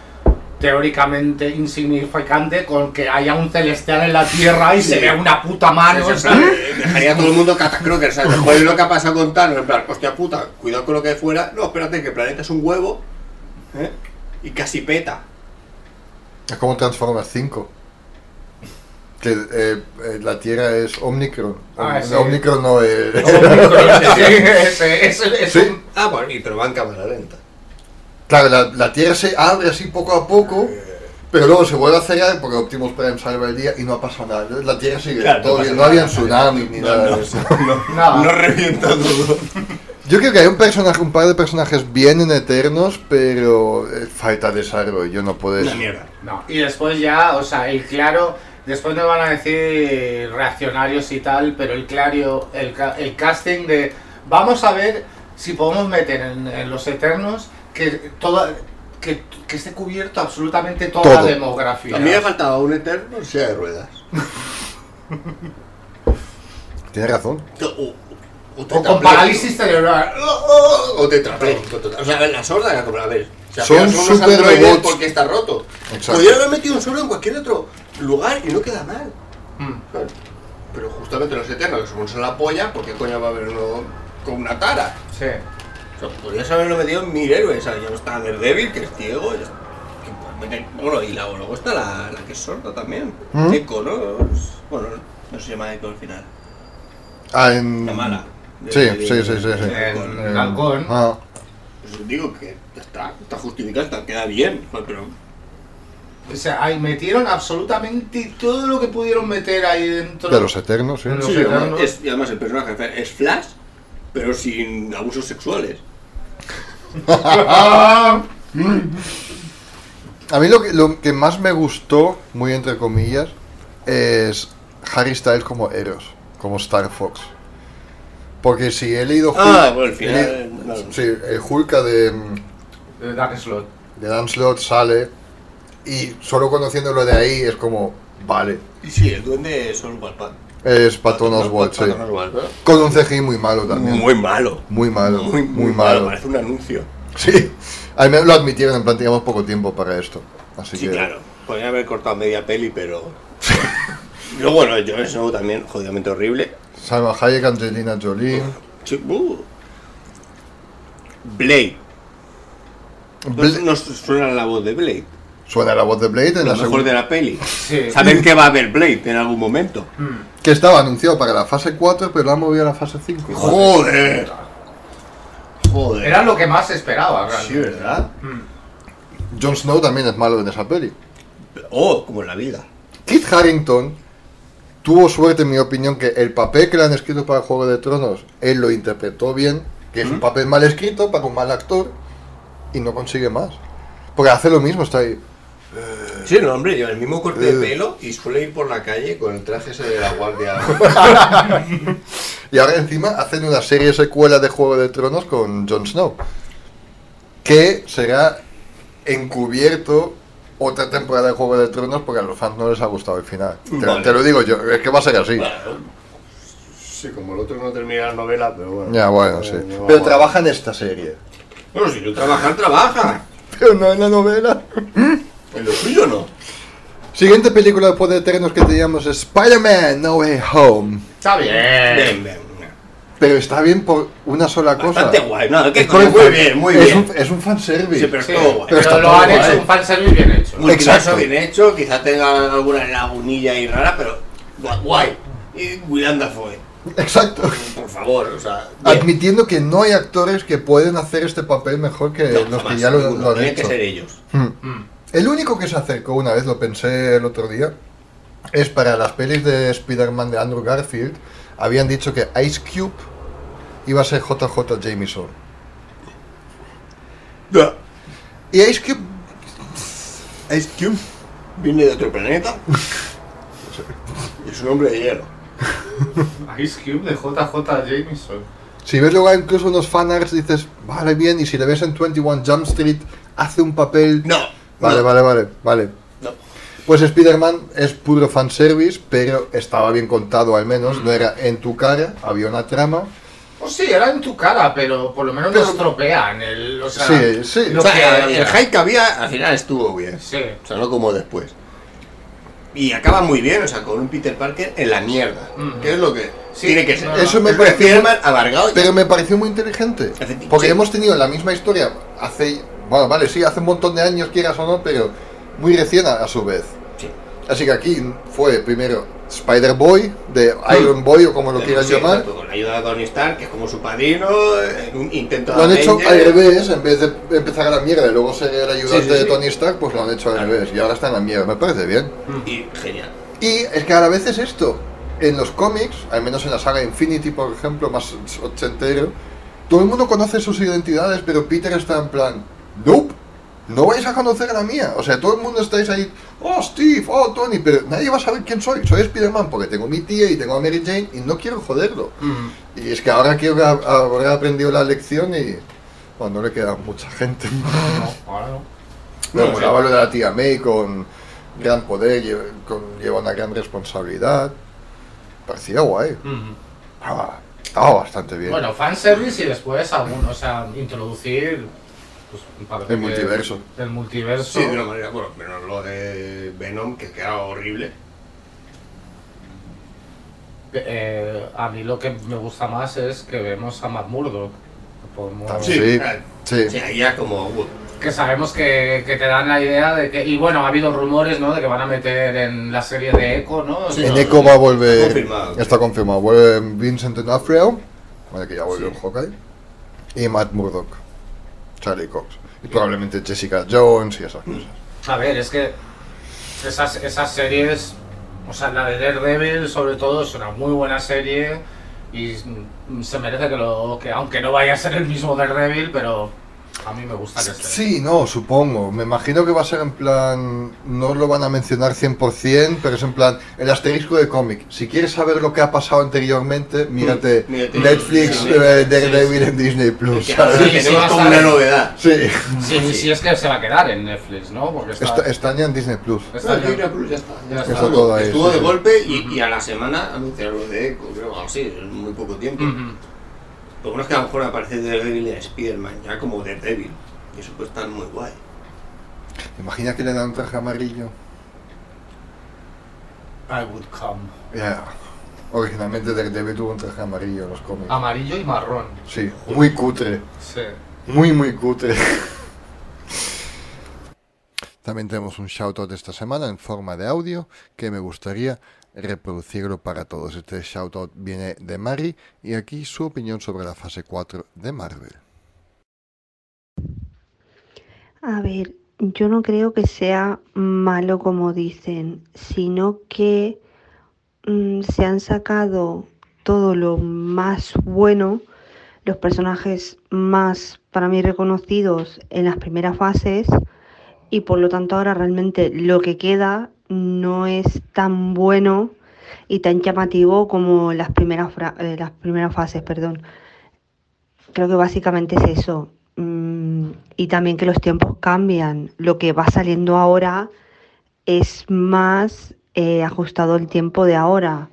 C: teóricamente insignificante con que haya un celestial en la Tierra y se
B: Sí.
C: vea una puta mano.
B: O sea, eh, Dejaría a todo el mundo catacroker, <laughs> ¿sabes? Después de lo que ha pasado con Thanos, en plan, hostia puta, cuidado con lo que hay fuera. No, espérate, que el planeta es un huevo ¿eh? y casi peta.
A: Es como Transformers 5. Que eh, eh, la Tierra es Omnicron.
C: Ah,
A: Om-
C: sí.
A: Omnicron no es.
B: <laughs>
A: <laughs>
C: Sí, ese- ese- ese-
A: Sí.
B: Ah, bueno, y pero va en cámara lenta.
A: Claro, la, la Tierra se abre así poco a poco, pero luego se vuelve a cerrar porque Optimus Prime salva el día y no ha pasado nada. La Tierra sigue
B: Claro,
A: todo
B: no
A: bien,
B: pasa
A: no había
B: nada.
A: tsunami ni
B: No,
A: nada de
B: no,
A: eso.
B: no,
C: Nada.
B: no revienta todo.
A: Yo creo que hay un personaje, un par de personajes bien en Eternos, pero eh, falta desarrollo, no puedes.
B: Una mierda.
C: No, y después ya, o sea, el claro, después nos van a decir reaccionarios y tal, pero el claro, el, ca- el casting de, vamos a ver si podemos meter en, en los Eternos que toda, que, que esté cubierto absolutamente toda la
A: Todo.
C: demografía.
B: A mí me faltaba un eterno en silla de ruedas.
A: Tienes razón.
B: O, o-
C: O con parálisis cerebral.
B: O tetrapléjico total. O sea, a ver, la sorda era como, a ver. si al
A: Son
B: final unos
A: super
B: androides
A: robots.
B: Porque está roto.
A: Exacto.
B: Podrían haber metido un sordo en cualquier otro lugar y no queda mal.
C: Mm.
B: Claro. Pero justamente los eternos, que somos la polla, ¿por qué coño va a haber uno con una cara?
C: Sí.
B: O sea, podrías haberlo metido en mil héroes. ¿sabes? Ya no está Daredevil, que es ciego. ya- que puedes meter- Bueno, y la, luego está la, la que es sorda también.
A: ¿Mm?
B: Echo, ¿no? Bueno, no se llama Echo al final.
A: Ah, en...
B: La mala.
A: Sí, sí, sí, sí, sí.
B: Con-
C: El halcón.
A: Ah,
B: Pues digo que ya está, está justificado, está, queda bien, joder, pero
C: O sea, ahí metieron absolutamente todo lo que pudieron meter ahí dentro.
A: de los Eternos, sí. <laughs>
C: Los
B: Sí,
C: Eternos.
B: además, es- y además el personaje es Flash, pero sin abusos sexuales.
C: ¡Ah!
A: A mí lo que, lo que más me gustó, muy entre comillas, es Harry Styles como Eros, como Star Fox. Porque si he leído Hulk,
B: Ah, bueno, al final,
A: he leído-
B: no.
A: sí, el Hulka de, mm,
C: De Dark Slot.
A: de Dan Slott sale y solo conociéndolo de ahí es como, vale,
B: Y sí, el duende es un Walpad.
A: es Patton Oswalt, sí. Con un CGI muy malo también.
B: Muy malo.
A: Muy malo,
B: Muy, muy malo. Parece un anuncio.
A: Sí, al menos lo admitieron, en plan, teníamos poco tiempo para esto. Así
B: Sí,
A: que...
B: claro. Podría haber cortado media peli, pero... <laughs> Luego, bueno, Jon Snow también, jodidamente horrible.
A: Salma Hayek, Angelina Jolie.
B: Sí, uh. Blade. ¿No-
A: Bla-
B: ¿No suena la voz de Blade?
A: Suena la voz de Blade en
B: Lo
A: la
B: mejor
A: segunda.
B: de la peli.
C: Sí.
B: Saber que va a haber Blade en algún momento.
C: Mm.
A: Que estaba anunciado para la fase 4, pero la han movido a la fase 5.
B: Joder. Joder.
C: Era lo que más esperaba, realmente.
B: Sí, ¿verdad?
C: Mm.
A: Jon Snow también es malo en esa peli.
B: Oh, como en la vida.
A: Kit Harrington tuvo suerte, en mi opinión, que el papel que le han escrito para Juego de Tronos, él lo interpretó bien, que es un papel mal escrito para un mal actor, y no consigue más. Porque hace lo mismo, está ahí.
B: Sí, no, hombre, lleva el mismo corte
A: Eh.
B: de pelo y suele ir por la calle con el traje ese de la guardia.
A: Y ahora encima hacen una serie secuela de Juego de Tronos con Jon Snow. Que será encubierto otra temporada de Juego de Tronos porque a los fans no les ha gustado el final. Te,
B: Vale.
A: te lo digo yo, es que va a ser así.
B: <laughs> sí, como el otro no termina la novela, pero bueno.
A: Ya, bueno, sí.
B: Eh,
A: Pero
B: bueno.
A: trabaja en esta serie. <laughs>
B: Bueno, si tú trabajar, trabaja.
A: Pero no en la novela.
B: En lo suyo no.
A: Siguiente película después de Eternos que teníamos es Spider-Man No Way Home.
C: Está bien.
B: Bien, bien. bien.
A: Pero está bien por una sola cosa.
B: Bastante guay, no, que
A: Es por el
B: muy
A: fan-
B: bien, muy
A: es
B: bien.
A: Un, es un fanservice.
B: Sí, pero es
C: Sí,
B: todo guay.
A: Pero
C: pero
A: está
C: lo
A: todo
C: han
A: guay.
C: hecho un fanservice bien hecho.
A: Exacto.
B: Multiverso bien hecho, quizás tenga alguna lagunilla y rara, pero gua- guay. Y Willanda fue.
A: Exacto.
B: Por favor, o sea. bien.
A: Admitiendo que no hay actores que pueden hacer este papel mejor que
B: No,
A: los que
B: jamás,
A: ya lo,
B: ninguno,
A: lo han
B: tienen
A: hecho.
B: que ser ellos.
A: Mm.
C: Mm.
A: El único que se acercó una vez, lo pensé el otro día, es para las pelis de Spider-Man de Andrew Garfield. Habían dicho que Ice Cube iba a ser JJ Jameson. Y Ice Cube
B: Ice Cube viene de otro
A: <laughs>
B: planeta. y es un hombre de hielo.
C: Ice Cube de JJ Jameson.
A: Si ves luego incluso unos fanarts, dices, vale, bien, y si le ves en 21 Jump Street, hace un papel...
B: No.
A: Vale,
B: no,
A: vale, vale, vale.
B: No.
A: Pues Spider-Man es puro fanservice, pero estaba bien contado al
B: Mm.
A: menos, no era en tu cara, había una trama.
C: Pues sí, era en tu cara, pero por lo menos no estropean el. O sea,
A: Sí, sí.
C: lo
B: O sea, el,
C: que-
B: el hype que había al final estuvo bien.
C: Sí.
B: O sea, no como después. Y acaba muy bien, o sea, con un Peter Parker en la mierda.
C: Ujú.
B: Que es lo que
C: Sí,
B: tiene que ser.
C: no,
A: Eso me
B: Es
A: pareció
B: Spider-Man abargado. y-
A: Pero me pareció muy inteligente.
B: Efectivamente.
A: Porque
B: Sí.
A: hemos tenido la misma historia hace. Bueno, vale, sí, hace un montón de años, quieras o no, pero muy recién a, a su vez.
B: Sí.
A: Así que aquí fue primero Spider-Boy, de
B: Mm.
A: Iron Boy o como lo
B: Sí,
A: quieras
B: sí,
A: llamar.
B: exacto, Con la ayuda de Tony Stark, que es como su padrino, en un intento
A: Lo han
B: de
A: hecho al
B: Avenger.
A: revés, en vez de empezar a la mierda y luego ser el ayudante
B: sí,
A: de
B: sí.
A: Tony Stark, pues lo han hecho al
B: Claro.
A: revés. Y ahora está en la mierda, me parece bien.
C: Mm.
B: Y genial.
A: Y es que a la vez es esto. En los cómics, al menos en la saga Infinity, por ejemplo, más ochentero, todo el mundo conoce sus identidades, pero Peter está en plan, nope, no vais a conocer la mía. O sea, todo el mundo estáis ahí, oh Steve, oh Tony, pero nadie va a saber quién soy. Soy Spider-Man porque tengo a mi tía y tengo a Mary Jane y no quiero joderlo.
C: Mm.
A: Y es que ahora que ha- habrá aprendido la lección y... Bueno, no le queda mucha
B: <laughs>
A: gente.
C: No, ahora no.
A: Me
B: No,
A: molaba lo de la tía May con gran poder, lle- con, lleva una gran responsabilidad. Parecía guay.
C: Mm.
A: Estaba, estaba bastante bien.
C: Bueno, fanservice y después alguno, o sea, introducir. pues, para
A: El multiverso.
C: El
B: Sí,
C: multiverso.
B: de una manera, bueno, menos lo de Venom, que quedaba horrible.
C: Eh, a mí lo que me gusta más es que vemos a Matt Murdock. Podemos-
A: Sí, sí.
B: claro.
A: sí.
B: Sí, ahí ya como. uh,
C: Que sabemos que, que te dan la idea de que. Y bueno, ha habido rumores, ¿no? De que van a meter en la serie de Echo, ¿no?
B: Sí,
A: En
B: no,
A: Echo va a volver.
B: está confirmado.
A: Está confirmado. Vuelve Vincent D'Onofrio, bueno, que ya volvió
B: Sí.
A: en Hawkeye, y Matt Murdock, Charlie Cox, y probablemente Jessica Jones y esas
B: Mm.
A: cosas.
C: A ver, es que esas, esas series, o sea, la de Daredevil sobre todo es una muy buena serie y mm, se merece que lo que aunque no vaya a ser el mismo Daredevil, pero a mí me gusta que esté.
A: Sí, no, supongo. Me imagino que va a ser en plan. No lo van a mencionar 100%, pero es en plan. El asterisco de cómic. Si quieres saber lo que ha pasado anteriormente,
C: <laughs>
A: mírate
B: Mm, mírate.
A: Netflix,
B: Sí,
A: eh,
C: sí,
A: Daredevil
C: sí.
A: en Disney Plus.
B: Que
A: ¿sabes?
B: ahora
C: Sí, sí,
B: tenemos
C: va a
B: como
C: estar
B: una
C: ahí.
B: novedad.
A: Sí.
C: Sí, sí, es que se va a quedar en Netflix, ¿no? Porque está,
A: Está, están ya este en Disney Plus.
C: está
B: Ah,
C: ya-
B: Disney Plus, ya está, ya
C: Está
B: está.
A: todo ahí,
B: Estuvo
A: sí,
B: de
A: sí.
B: golpe y, y a la semana anunciaron lo de Echo, creo, algo así, en muy poco tiempo.
C: Ujú.
B: Lo bueno es que a lo mejor aparece Daredevil y Spider-Man, ya como Daredevil. Y eso puede estar muy guay.
A: Imagina que le dan un traje amarillo.
C: I would come.
A: Ya. Originalmente Daredevil tuvo un traje amarillo en los cómics.
C: Amarillo y marrón.
A: Sí, muy cutre.
C: Sí.
A: Muy, muy cutre. También tenemos un shoutout esta semana en forma de audio que me gustaría reproducirlo para todos. Este shoutout viene de Mari y aquí su opinión sobre la fase 4 de Marvel.
E: A ver, yo no creo que sea malo como dicen, sino que mm, se han sacado todo lo más bueno, los personajes más para mí reconocidos en las primeras fases y por lo tanto ahora realmente lo que queda no es tan bueno y tan llamativo como las primeras, fra- eh, las primeras fases, perdón creo que básicamente es eso. Mm, y también que los tiempos cambian. Lo que va saliendo ahora es más eh, ajustado al tiempo de ahora.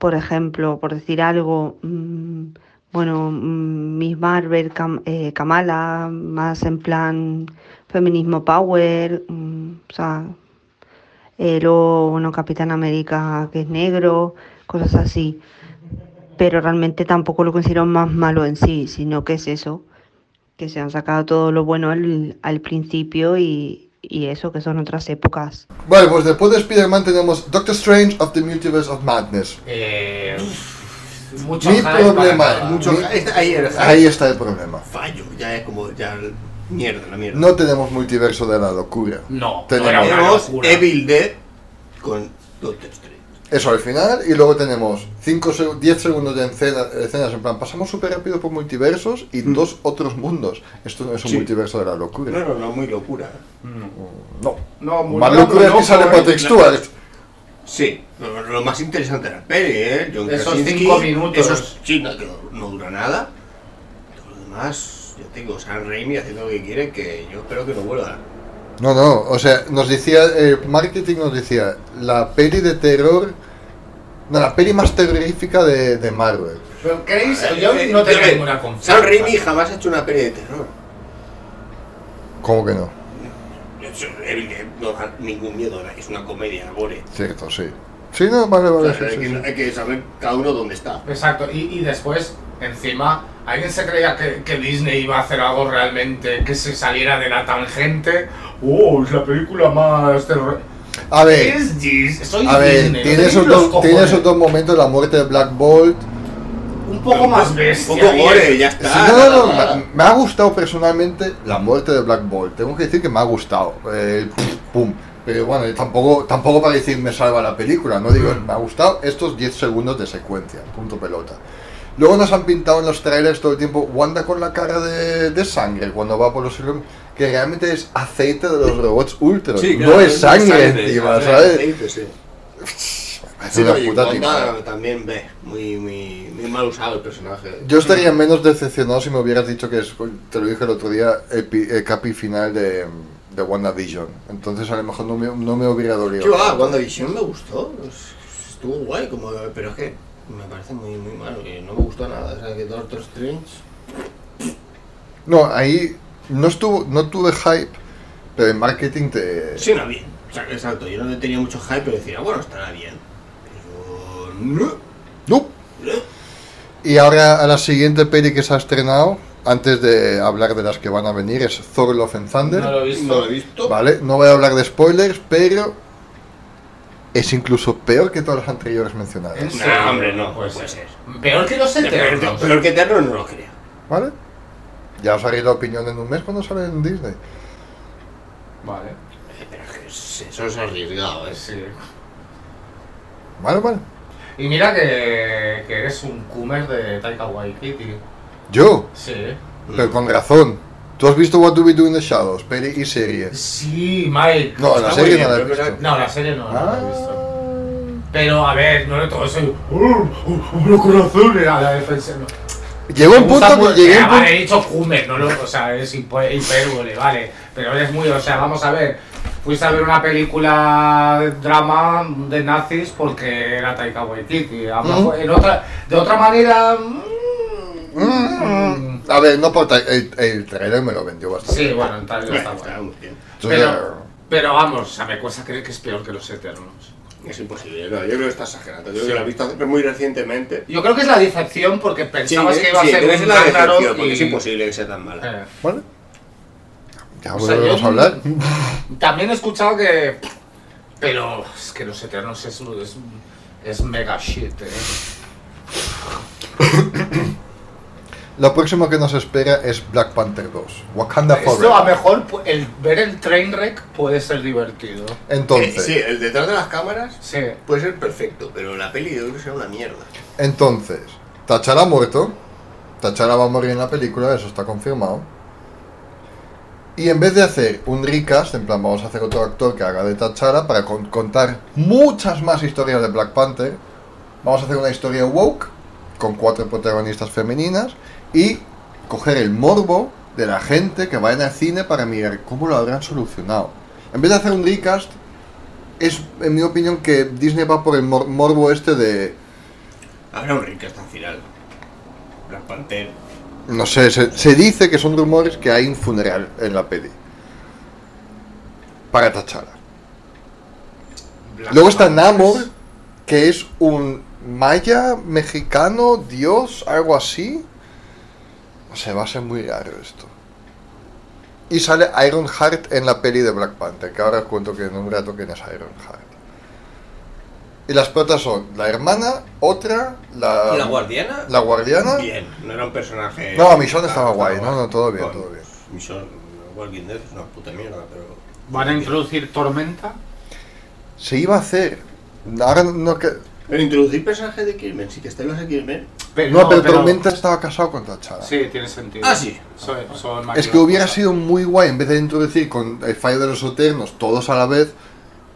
E: Por ejemplo, por decir algo, mm, bueno, mm, Miss Marvel, Kam- eh, Kamala, más en plan feminismo power, mm, o sea, eh, luego, bueno, Capitán América que es negro, cosas así pero realmente tampoco lo considero más malo en sí, sino que es eso, que se han sacado todo lo bueno al, al principio y, y eso, que son otras épocas.
A: Vale, pues después de Spider-Man tenemos Doctor Strange of the Multiverse of Madness.
C: Eh, mucho
A: Mi
C: hype para
A: problema,
C: nada.
A: mucho-
B: Mucho, ahí, está- ahí era-
A: Ahí está el problema.
B: fallo, ya es como. Ya, Mierda, la mierda.
A: No tenemos multiverso de la locura.
C: No, no
A: Tenemos-
C: era una
B: Tenemos
C: locura.
B: Evil Dead con Doctor Strange.
A: Eso al final, y luego tenemos 5 10 segundos de escena- escenas. En plan, pasamos súper rápido por multiversos y
C: Mm.
A: dos otros mundos. Esto no es un
B: Sí.
A: multiverso de la locura.
B: No, no, no, muy locura.
A: No.
C: No, muy
A: Más
C: loco,
A: locura es
C: loco,
A: que sale
C: eh.
A: Patrick Stewart.
B: Sí, lo, lo más interesante de la peli, ¿eh? John
C: Esos
B: Krasinski,
C: cinco minutos.
B: Esos, sí, no, que no dura nada. Todo lo demás, yo tengo San Raimi haciendo lo que quiere, que yo espero que no vuelva.
A: No, no, o sea, nos decía, eh, marketing nos decía, la peli de terror, no, la peli más terrorífica de, de Marvel.
C: Pero creéis, yo no tengo
B: eh, Yo-
C: ninguna
B: Sam
C: confianza.
B: Raimi jamás ha hecho una peli de terror.
A: ¿Cómo que no?
B: Eso, Evil Dead no da ningún miedo, es una comedia, gore.
A: Cierto, sí. Sí, no, vale,
B: O
A: vale,
B: sea,
A: sí,
B: hay,
A: sí, sí.
B: que, hay que saber cada uno dónde está.
C: Exacto, y, y después, encima, ¿alguien se creía que, que Disney iba a hacer algo realmente que se saliera de la tangente? ¡Oh, es la película más terror...
A: A
C: ¿Qué
A: ver,
C: es Dis- Soy
A: a ver,
C: Disney,
A: tiene
C: ¿no?
A: esos,
C: Tenéis los
A: dos, tiene
C: cojones.
A: esos dos momentos, la muerte de Black Bolt.
C: Un poco más bestia.
B: Un poco
C: bien.
B: gore, ya está.
A: Sí, Ah, no, no, no,
B: nada.
A: me, me ha gustado personalmente la muerte de Black Bolt. Tengo que decir que me ha gustado. Eh, pff, pum. Pero bueno, tampoco, tampoco para decir me salva la película. No digo, me ha gustado estos 10 segundos de secuencia. Punto pelota. Luego nos han pintado en los trailers todo el tiempo Wanda con la cara de, de sangre cuando va por los silum- que realmente es aceite de los robots ultra.
F: Sí,
A: no
F: claro,
A: es sangre
B: o
A: encima,
B: sea,
A: ¿sabes?
B: aceite, sí.
A: Es
B: Sí,
A: una
B: no, y
A: puta
B: Wanda
A: timada.
B: también ve, muy, muy, muy mal usado el personaje.
A: Yo estaría menos decepcionado si me hubieras dicho que es, te lo dije el otro día, el, pi- el capi final de, de WandaVision. Entonces a lo mejor no me, no me hubiera dolido.
B: ¿Qué va? ah, WandaVision me gustó, es- estuvo guay, como, pero es que me parece muy, muy malo, que no me gustó nada. O sea, que Doctor Strange.
A: No, ahí no estuvo, no tuve hype, pero en marketing te...
B: Sí, no, bien. O sea, exacto, yo no le tenía mucho hype, pero decía, bueno, estará bien. Pero. No. ¿eh?
A: ¡Nup! Y ahora a la siguiente peli que se ha estrenado, antes de hablar de las que van a venir, es Thor Love and Thunder.
C: No lo he
B: No lo
C: visto.
B: he visto.
A: Vale, no voy a hablar de spoilers, pero es incluso peor que todas las anteriores mencionadas.
C: En
B: No,
C: serio,
B: hombre, no, puede
C: Pues
B: ser.
C: Peor que los
B: Pero,
C: eternos.
B: pero el que Eterno no lo quería.
A: ¿Vale? Ya os haré la opinión en un mes cuando sale en Disney.
C: Vale.
B: Pero es que es- eso es arriesgado, ¿eh?
C: Sí.
A: Vale, vale.
C: Y mira que, que eres un coomer de Taika Waititi.
A: Yo,
C: Sí.
B: Mm.
A: pero con razón. Tú has visto What Do We Do in the Shadows, peli y serie.
C: Sí, Mike.
A: No, la
B: muy
A: serie
B: bien,
A: no la he
B: pero
A: visto.
B: es
C: No, la serie no, no la he visto.
A: Ah.
C: Pero, a ver, no le todo eso. ¡Uh! ¡Un corazón! Era la defensa. No.
A: Llegó un
C: Me gusta
A: punto
C: mucho-
A: que llegué
C: Ah,
A: a un punto-
C: Vale, he dicho cume, no lo, o sea, es hipo- hipérbole, vale. Pero eres muy, o sea, vamos a ver. Fuiste a ver una película de drama de nazis porque era Taika Waititi. A lo mejor en otra, de otra manera. mm,
A: Mm, A ver, no importa, el, el trailer me lo vendió bastante.
C: sí, bueno, en tal vez está
B: Bueno, está
C: bueno.
B: muy bien.
A: Entonces,
C: Pero, pero vamos, o sea, me cuesta creer que es peor que los Eternos.
B: Es imposible, no, yo creo que está exagerando. Yo creo
C: Sí.
B: que la he visto hace- pero muy recientemente.
C: Yo creo que es la decepción porque pensabas
B: Sí,
C: que iba
B: sí,
C: a ser
B: debe
C: un
B: ser la
C: Ragnarok
B: decepción, porque
C: y-
B: es imposible que sea tan mala.
C: Eh.
A: Vale. Ya
C: O sea,
A: volveremos
C: yo-
A: a hablar.
C: También he escuchado que. Pero es que los eternos es, es, es mega shit, eh.
A: La próxima que nos espera es Black Panther 2. Wakanda
C: Esto a lo
A: Forever.
C: mejor pu- el, ver el train wreck puede ser divertido.
B: Eh,
A: Entonces,
B: sí, el detrás de las cámaras
C: Sí.
B: puede ser perfecto, pero la peli yo creo que será una mierda.
A: entonces, T'Challa ha muerto. T'Challa va a morir en la película, eso está confirmado. Y en vez de hacer un recast, en plan vamos a hacer otro actor que haga de T'Challa para con- contar muchas más historias de Black Panther, vamos a hacer una historia woke con cuatro protagonistas femeninas y coger el morbo de la gente que va en el cine para mirar cómo lo habrán solucionado. En vez de hacer un recast, es en mi opinión que Disney va por el mor- morbo este de
B: Habrá un rico hasta el final. Black Panther.
A: No sé, se, se dice que son rumores que hay un funeral en la peli. Para T'Challa. Luego está Namor, que es un maya, mexicano, dios, algo así. O sea, va a ser muy raro esto. Y sale Ironheart en la peli de Black Panther, que ahora os cuento que en un rato quién es Ironheart. Y las protas son la hermana, otra, la,
B: ¿Y la guardiana?
A: la guardiana.
B: Ah, Bien, no era un personaje.
A: No, Michonne estaba
B: Ah,
A: guay, no, no, todo bien, todo bien.
B: Michonne, Walking Dead es una puta mierda, pero.
C: Van a introducir Tormenta.
A: Se iba a hacer. Ahora no que.
B: Pero introducir personajes de Kirmen, si que estén los de Kirmen.
A: No, pero Tormenta estaba casado con Tachara.
C: Sí, tiene sentido.
B: Ah, sí.
C: Son- son
A: Es que hubiera
C: máquinas.
A: sido muy guay en vez de introducir con el fallo de los eternos todos a la vez,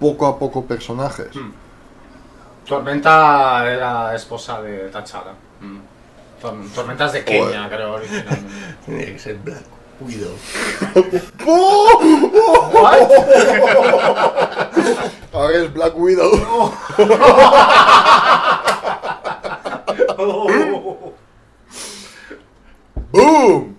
A: poco a poco personajes.
B: Hmm.
C: Mm. Tormenta era esposa de Tachara. Tormentas de Kenia, creo, originalmente.
B: Tiene que ser blanco. Cuido.
C: <laughs>
A: ¡Oh! Ahora es Black Widow. ¡Boom!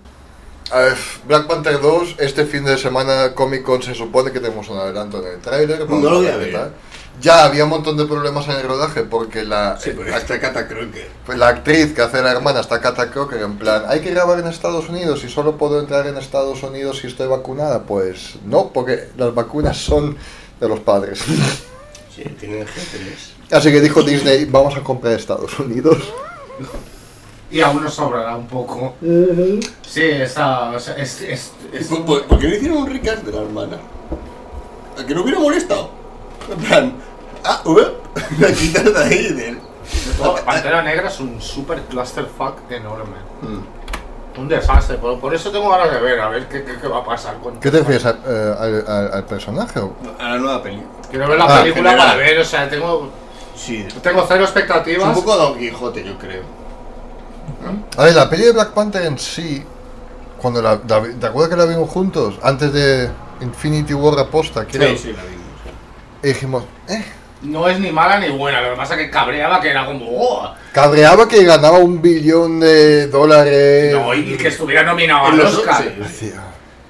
A: A ver, Black Panther 2, este fin de semana Comic Con se supone que tenemos un adelanto en el tráiler. vamos
B: No lo voy
A: ver
B: a
A: qué
B: ver.
A: tal. Ya había un montón de problemas en el rodaje porque la,
B: Sí, este pero
A: la-
B: esta cata creo que.
A: pues, la actriz que hace la hermana está Kata Crocker en plan, hay que grabar en Estados Unidos y solo puedo entrar en Estados Unidos si estoy vacunada. Pues no, porque las vacunas son de los padres. <laughs>
B: Sí, tienen G3.
A: Así que dijo Disney, vamos a comprar Estados Unidos.
C: Y aún nos sobrará un poco. Sí, está. o sea, es- es- es-
B: ¿Por, por, por qué no hicieron un recast de la hermana? ¿A que no hubiera molestado? En plan, ah, ¿eh? <laughs> la quitas de ahí del.
C: No, Pantera Negra es un super clusterfuck enorme.
B: Mm.
C: Un desastre. Por, por eso tengo ganas de ver, a ver qué, qué- qué va a pasar. Con...
A: ¿Qué te refieres a- eh, al, al- al personaje? o?
B: A la nueva película.
C: Quiero ver la
A: Ah,
C: película
B: general.
C: para ver, o sea, tengo,
B: Sí,
C: tengo cero
B: es
C: expectativas.
B: un poco Don Quijote, yo creo.
A: A ver, la peli de Black Panther en sí, cuando la, la vi- ¿te acuerdas que la vimos juntos? Antes de Infinity War aposta, que era-
B: la vimos.
A: y dijimos, eh,
C: No es ni mala ni buena, lo que pasa es que cabreaba que era como. "Oh".
A: cabreaba que ganaba un billón de dólares.
C: No, y y que estuviera nominado
B: En
C: al
B: los
C: Oscar.
B: sí.
A: Hostia.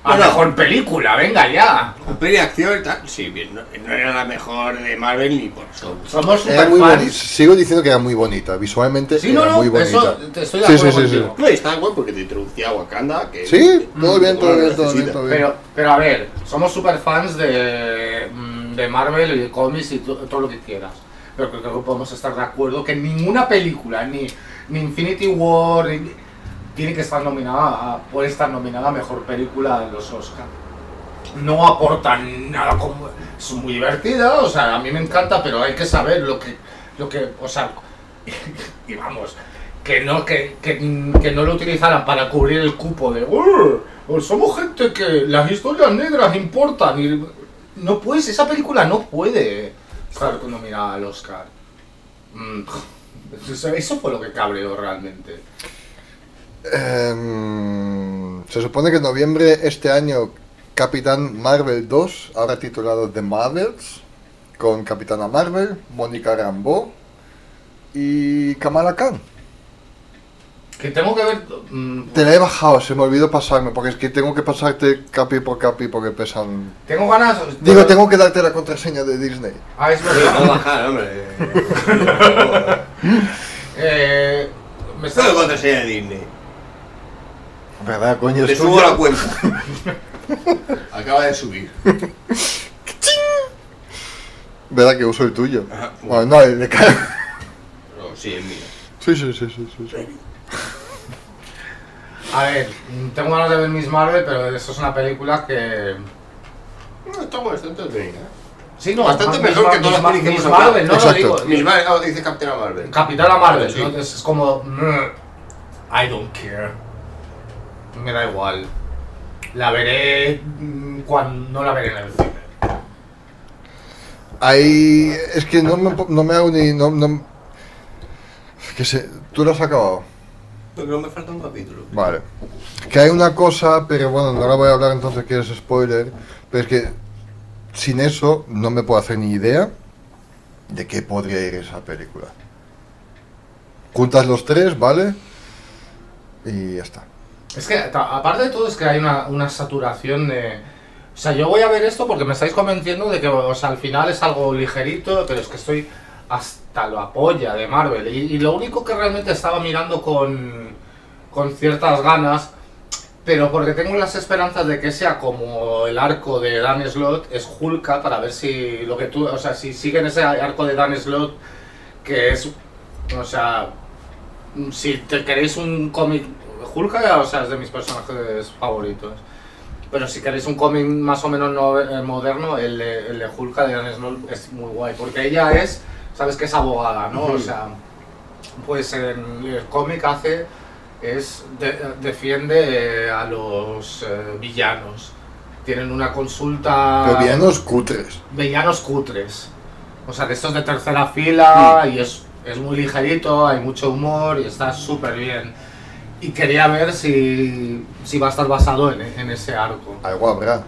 C: A
B: No, no.
C: mejor película, venga ya.
B: La peli de acción y tal. Sí, bien, no, no era la mejor de Marvel ni por eso.
C: Somos
A: Era
C: super
A: muy boni- Sigo diciendo que era muy bonita, visualmente
C: Sí,
A: era
C: no, no,
A: muy bonita.
C: eso te estoy de acuerdo contigo.
B: No, y está guay porque te introducía a Wakanda. Que Mm.
A: Sí,
B: que
A: todo bien,
B: no
A: todo
B: lo
A: bien, todo bien,
B: necesita.
A: todo bien.
C: Pero, pero a ver, somos super fans de, mm, de Marvel y de cómics y to- todo lo que quieras. Pero creo que podemos estar de acuerdo que ninguna película, ni, ni Infinity War, ni- tiene que estar nominada, a- puede estar nominada a mejor película en los Oscar. No aportan nada como. Es muy divertida, o sea, a mí me encanta, pero hay que saber lo que. Lo que o sea, <laughs> y vamos, que no, que, que, que no lo utilizaran para cubrir el cupo de "Urr, pues somos gente que las historias negras importan y no puedes, esa película no puede estar nominada al Oscar. Mm, eso- Eso fue lo que cabreó realmente.
A: Em, se supone que en noviembre este año Capitán Marvel 2, ahora titulado The Marvels, con Capitana Marvel, Mónica Rambeau y Kamala Khan.
C: Que tengo que ver. mm,
A: Te la he bajado, se me olvidó pasarme, porque es que tengo que pasarte capi por capi porque pesan...
C: tengo ganas.
A: Digo, tengo que darte la contraseña de Disney.
C: Ah, es
B: Pero
C: verdad.
B: no bajar,
A: <laughs>
B: hombre.
C: Eh, me
B: Esto
C: está-
B: es contraseña de Disney.
A: ¿Verdad, coño?
B: Le
A: Es
B: subo
A: tuya.
B: la cuenta. <laughs> Acaba de subir.
A: ¿Verdad que uso el tuyo?
B: Ajá.
A: Bueno, no, el de Khan.
B: Pero sí, es mío.
A: <laughs> Sí, sí, sí, sí, sí, sí.
C: A ver, mm, tengo ganas de ver Miss Marvel, pero eso es una película que.
B: No, está bastante ¿eh? entretenida.
C: Sí, no,
B: Bastante
C: Miss
B: mejor
C: Mar-
B: que todas las
C: Miss Mar-
B: películas
C: Miss
B: que
C: Marvel, no
A: Exacto.
C: lo digo.
B: Mis madres, ah, dice Capitana Marvel.
C: Capital a Marvel,
B: Sí.
C: ¿no? Entonces es como. mm, I don't care. Me da igual. La veré mm, cuando no la veré en el cine.
A: Ahí es que no me, no me hago ni. No, no, que se, tú lo has acabado.
B: Porque no me falta un capítulo.
A: Vale. Que hay una cosa, pero bueno, no la voy a hablar entonces que es spoiler. Pero es que sin eso no me puedo hacer ni idea de qué podría ir esa película. Juntas los tres, ¿vale? Y ya está.
C: Es que, ta- aparte de todo, es que hay una, una saturación de. O sea, yo voy a ver esto porque me estáis convenciendo de que o sea, al final es algo ligerito, pero es que estoy hasta la polla de Marvel. Y, y lo único que realmente estaba mirando con, con ciertas ganas, pero porque tengo las esperanzas de que sea como el arco de Dan Slot, es Hulka, para ver si lo que tú. O sea, si siguen ese arco de Dan Slot, que es. O sea, si te queréis un cómic Hulka, o sea, es de mis personajes favoritos. Pero si queréis un cómic más o menos no- eh, moderno, el, de- el de Hulka de Dan Snow es muy guay. Porque ella es, sabes que es abogada, ¿no? O sea, pues en el cómic hace es de- defiende eh, a los eh, villanos. Tienen una consulta.
A: Pero villanos cutres.
C: Villanos cutres. O sea, de estos de tercera fila y es, es muy ligerito, hay mucho humor y está súper bien. Y quería ver si, si va a estar basado en, en ese arco.
A: Algo habrá.